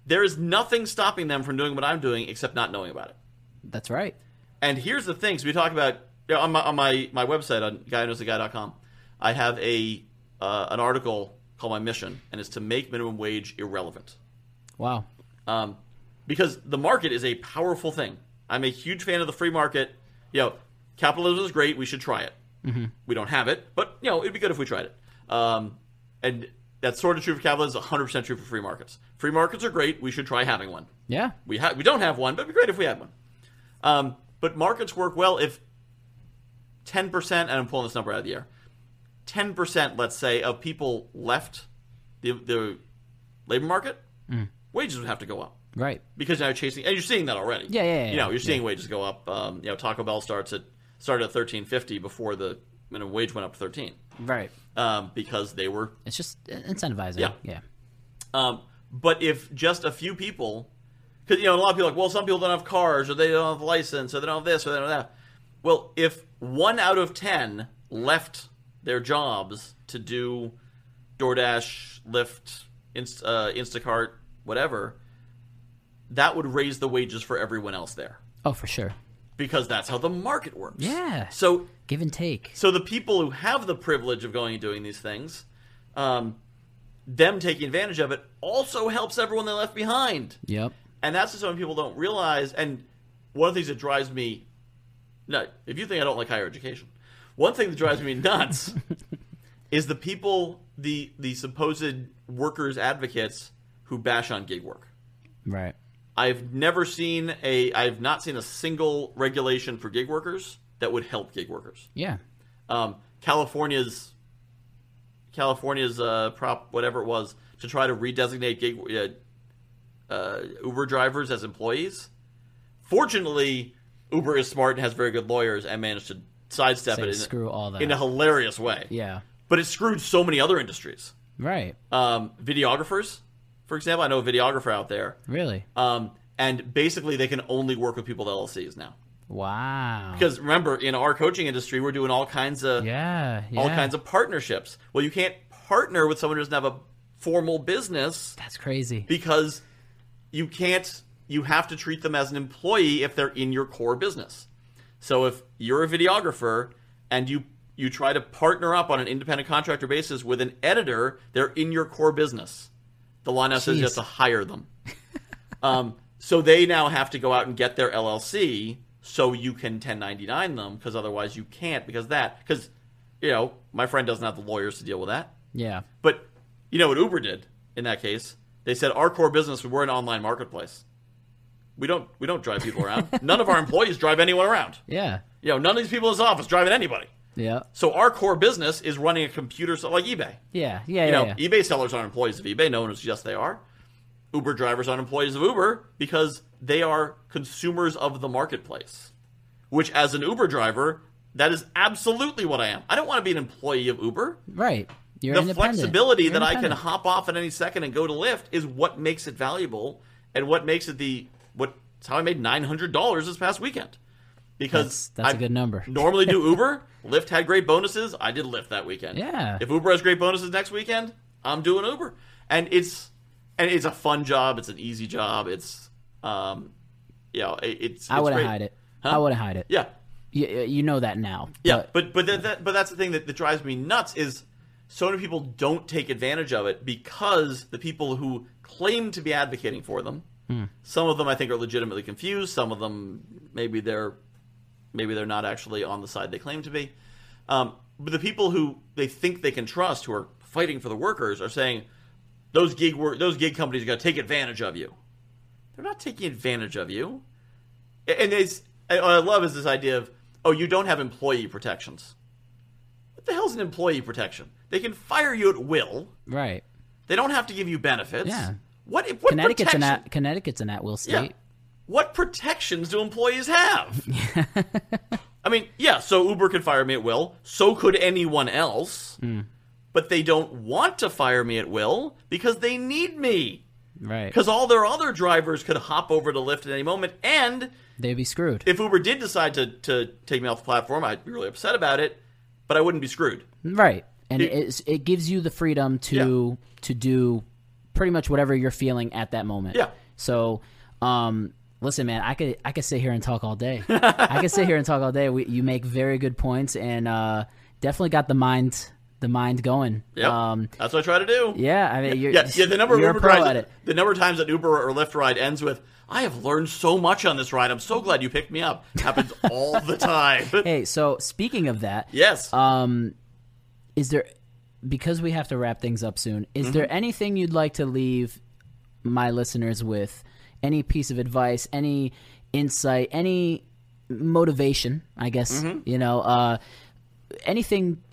B: There is nothing stopping them from doing what I'm doing except not knowing about it.
A: That's right.
B: And here's the things we talk about you know, on my on my, my website on guyknowstheguy.com. I have a uh, an article called "My Mission," and it's to make minimum wage irrelevant
A: Wow.
B: um, because the market is a powerful thing. I'm a huge fan of the free market. You know, capitalism is great. We should try it. We don't have it, but you know, it'd be good if we tried it. Um, and that's sort of true for capitalism. 100 percent true for free markets. Free markets are great. We should try having one.
A: Yeah.
B: We ha- we don't have one, but it'd be great if we had one. Um, but markets work well if ten percent, and I'm pulling this number out of the air, ten percent, let's say, of people left the the labor market, wages would have to go up
A: Right.
B: because now you're chasing, and you're seeing that already.
A: Yeah, yeah, yeah,
B: You know,
A: yeah.
B: you're seeing wages go up. Um, you know, Taco Bell starts at started at thirteen fifty before the minimum wage went up to thirteen
A: Right.
B: um, because they were
A: It's just incentivizing.
B: Yeah.
A: Yeah.
B: um, but if just a few people, because you know, a lot of people are like, well, some people don't have cars, or they don't have a license, or they don't have this, or they don't have that. Well, if one out of ten left their jobs to do DoorDash, Lyft, Inst- uh, Instacart, whatever, that would raise the wages for everyone else there
A: Oh, for sure.
B: because that's how the market works.
A: Yeah.
B: So
A: Give and take.
B: so the people who have the privilege of going and doing these things, um, them taking advantage of it also helps everyone they left behind.
A: Yep.
B: And that's just something people don't realize. And one of the things that drives me, no, if you think I don't like higher education, one thing that drives me nuts is the people, the the supposed workers advocates who bash on gig work.
A: Right.
B: I've never seen a, I've not seen a single regulation for gig workers that would help gig workers
A: Yeah.
B: um, California's California's uh, prop whatever it was to try to redesignate gig uh, uh, Uber drivers as employees. Fortunately, Uber is smart and has very good lawyers and managed to sidestep
A: Say
B: it in,
A: screw all that.
B: in a hilarious way.
A: yeah.
B: But it screwed so many other industries.
A: Right.
B: Um, videographers, for example, I know a videographer out there,
A: Really.
B: um, and basically they can only work with people with LLCs now.
A: Wow.
B: Because remember, in our coaching industry, we're doing all kinds of
A: Yeah. Yeah.
B: all kinds of partnerships. Well, you can't partner with someone who doesn't have a formal business
A: That's crazy.
B: because you can't. You have to treat them as an employee if they're in your core business. So if you're a videographer and you you try to partner up on an independent contractor basis with an editor, they're in your core business. The law now says you
A: Jeez.
B: have to hire them. um, so they now have to go out and get their LLC so you can 1099 them because otherwise you can't because that because you know my friend doesn't have the lawyers to deal with that.
A: Yeah.
B: But you know what Uber did in that case? They said our core business we're an online marketplace. We don't we don't drive people around. None of our employees drive anyone around.
A: Yeah.
B: You know, none of these people in this office driving anybody.
A: Yeah.
B: So our core business is running a computer so like eBay.
A: Yeah. Yeah.
B: You
A: yeah,
B: know,
A: yeah.
B: eBay sellers aren't employees of eBay. No one would suggest they are. Uber drivers aren't employees of Uber because they are consumers of the marketplace. Which, as an Uber driver, that is absolutely what I am. I don't want to be an employee of Uber.
A: Right. You're
B: the
A: independent.
B: flexibility
A: You're
B: that I can
A: independent.
B: hop off at any second and go to Lyft is what makes it valuable and what makes it the what. It's how I made nine hundred dollars this past weekend
A: That's,
B: because
A: that's a
B: I
A: good number.
B: normally do Uber. Lyft had great bonuses. I did Lyft that weekend.
A: Yeah.
B: If Uber has great bonuses next weekend, I'm doing Uber, and it's and it's a fun job. It's an easy job. It's um, you know, it, it's.
A: I
B: it's
A: wouldn't
B: great.
A: hide it.
B: Huh?
A: I wouldn't hide it.
B: Yeah,
A: You, you know that now.
B: yeah, but but that, that, but that's the thing that, that drives me nuts is so many people don't take advantage of it because the people who claim to be advocating for them, some of them I think are legitimately confused. Some of them maybe they're maybe they're not actually on the side they claim to be. Um, but the people who they think they can trust, who are fighting for the workers, are saying those gig work those gig companies are going to take advantage of you. They're not taking advantage of you. And it's and what I love is this idea of oh you don't have employee protections. What the hell's an employee protection? They can fire you at will.
A: Right.
B: They don't have to give you benefits.
A: Yeah.
B: What what
A: Connecticut's
B: protection?
A: an at Connecticut's an at will state.
B: Yeah. What protections do employees have? I mean, yeah, so Uber could fire me at will. So could anyone else.
A: Mm.
B: But they don't want to fire me at will because they need me.
A: Right.
B: Because all their other drivers could hop over to Lyft at any moment. And
A: They'd be screwed.
B: if Uber did decide to, to take me off the platform, I'd be really upset about it, but I wouldn't be screwed.
A: right. And
B: It-
A: it, it's, it gives you the freedom to to do pretty much whatever you're feeling at that moment.
B: Yeah.
A: So, um, listen, man, I could I could sit here and talk all day. I could sit here and talk all day. We, you make very good points, and uh, definitely got the mind the mind going.
B: Yep.
A: Um,
B: That's what I try to do.
A: yeah. I mean, you're,
B: Yeah, yeah. The number of
A: you're
B: Uber
A: a pro
B: rides,
A: at it.
B: the number of times that Uber or Lyft ride ends with "I have learned so much on this ride. I'm so glad you picked me up." Happens all the time.
A: Hey, so speaking of that,
B: yes.
A: Um, is there because we have to wrap things up soon is there
B: Mm-hmm.
A: anything you'd like to leave my listeners with any piece of advice any insight any motivation i guess
B: Mm-hmm.
A: you know uh anything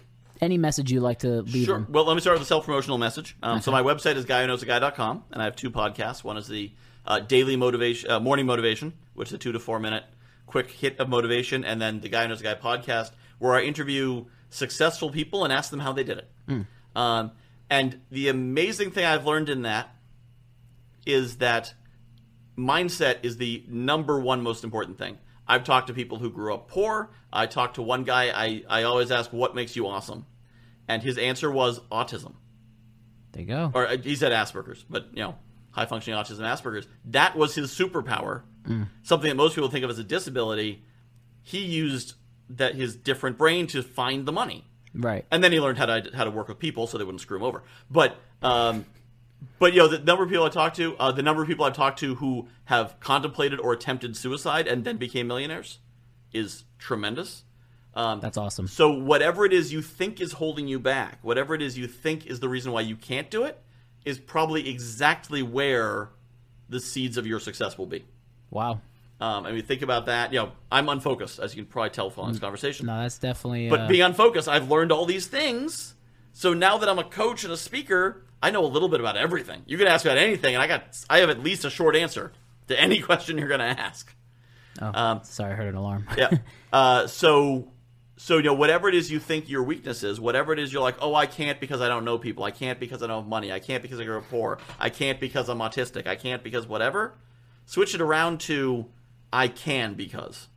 A: any message you like to leave
B: sure.
A: them
B: Well, let me start with a self-promotional message. Um, So my website is guywhoknowsaguy.com, and I have two podcasts. One is the uh, daily motivation, uh, morning motivation, which is a two to four minute quick hit of motivation, and then the Guy Who Knows a Guy podcast, where I interview successful people and ask them how they did it.
A: Hmm.
B: Um, and the amazing thing I've learned in that is that mindset is the number one most important thing. I've talked to people who grew up poor. I talked to one guy, I, I always ask, what makes you awesome? And his answer was autism.
A: there you go
B: Or uh, he said Asperger's, but you know, high functioning autism, Asperger's. That was his superpower. Something that most people think of as a disability. He used that his different brain to find the money
A: right
B: and then he learned how to how to work with people so they wouldn't screw him over. But um, but you know the number of people I talked to, uh, the number of people I've talked to who have contemplated or attempted suicide and then became millionaires, is tremendous. Um,
A: that's awesome
B: so whatever it is you think is holding you back, whatever it is you think is the reason why you can't do it, is probably exactly where the seeds of your success will be.
A: wow
B: Um, I mean, think about that. You know, I'm unfocused, as you can probably tell from this conversation.
A: no that's definitely
B: But
A: uh,
B: being unfocused, I've learned all these things. So now that I'm a coach and a speaker, I know a little bit about everything. You can ask about anything, and I got I have at least a short answer to any question you're going to ask.
A: oh,
B: um,
A: sorry i heard an alarm
B: Yeah. uh, so so you know whatever it is you think your weakness is, whatever it is you're like, oh, I can't because I don't know people. I can't because I don't have money. I can't because I grow up poor. I can't because I'm autistic. I can't because whatever. Switch it around to I can because.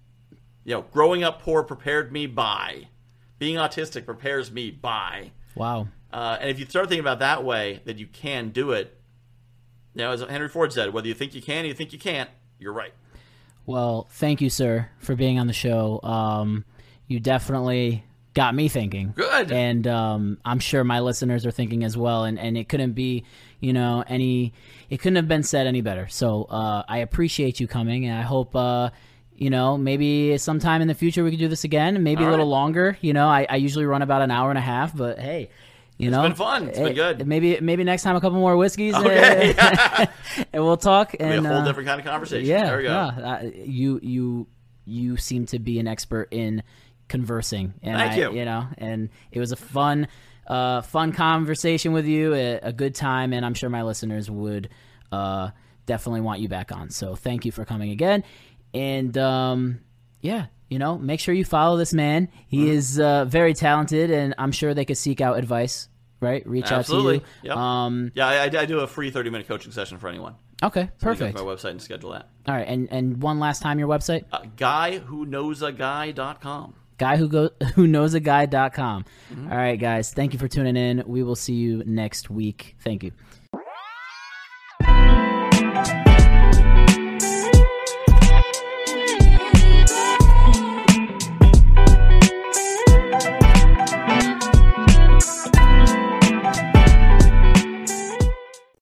B: You know, growing up poor prepared me by. Being autistic prepares me by.
A: wow
B: Uh, and if you start thinking about that way, that you can do it. You know, as Henry Ford said, whether you think you can or you think you can't, you're right.
A: Well, thank you, sir, for being on the show. Um, you definitely got me thinking.
B: Good.
A: And um, I'm sure my listeners are thinking as well. And, and it couldn't be, you know, any, it couldn't have been said any better. So uh, I appreciate you coming. And I hope, uh, you know, maybe sometime in the future we could do this again, maybe
B: All
A: a little
B: right.
A: longer. You know, I, I usually run about an hour and a half, but hey, you know,
B: been fun. It's been
A: hey,
B: good.
A: Maybe, maybe next time a couple more whiskeys,
B: Okay.
A: and, and we'll talk.
B: Be a
A: And
B: whole
A: uh,
B: different kind of conversation.
A: yeah,
B: there we go.
A: yeah. Uh, you you you seem to be an expert in conversing. And
B: Thank
A: I,
B: you.
A: know, and it was a fun, uh, fun conversation with you, a, a good time, and I'm sure my listeners would uh, definitely want you back on. So thank you for coming again, and um, yeah, you know, make sure you follow this man.
B: Mm-hmm.
A: He is uh, very talented, and I'm sure they could seek out advice. Right, reach
B: Absolutely.
A: out to you.
B: Yep.
A: Um,
B: Yeah, I, I do a free 30 minute coaching session for anyone.
A: okay,
B: You can
A: perfect.
B: go to
A: All
B: my website and schedule that.
A: right, and and one last time, your website.
B: Uh, guywhoknowsaguy.com.
A: guy who goes who knows a guy.com all right guys thank you for tuning in we will see you next week thank you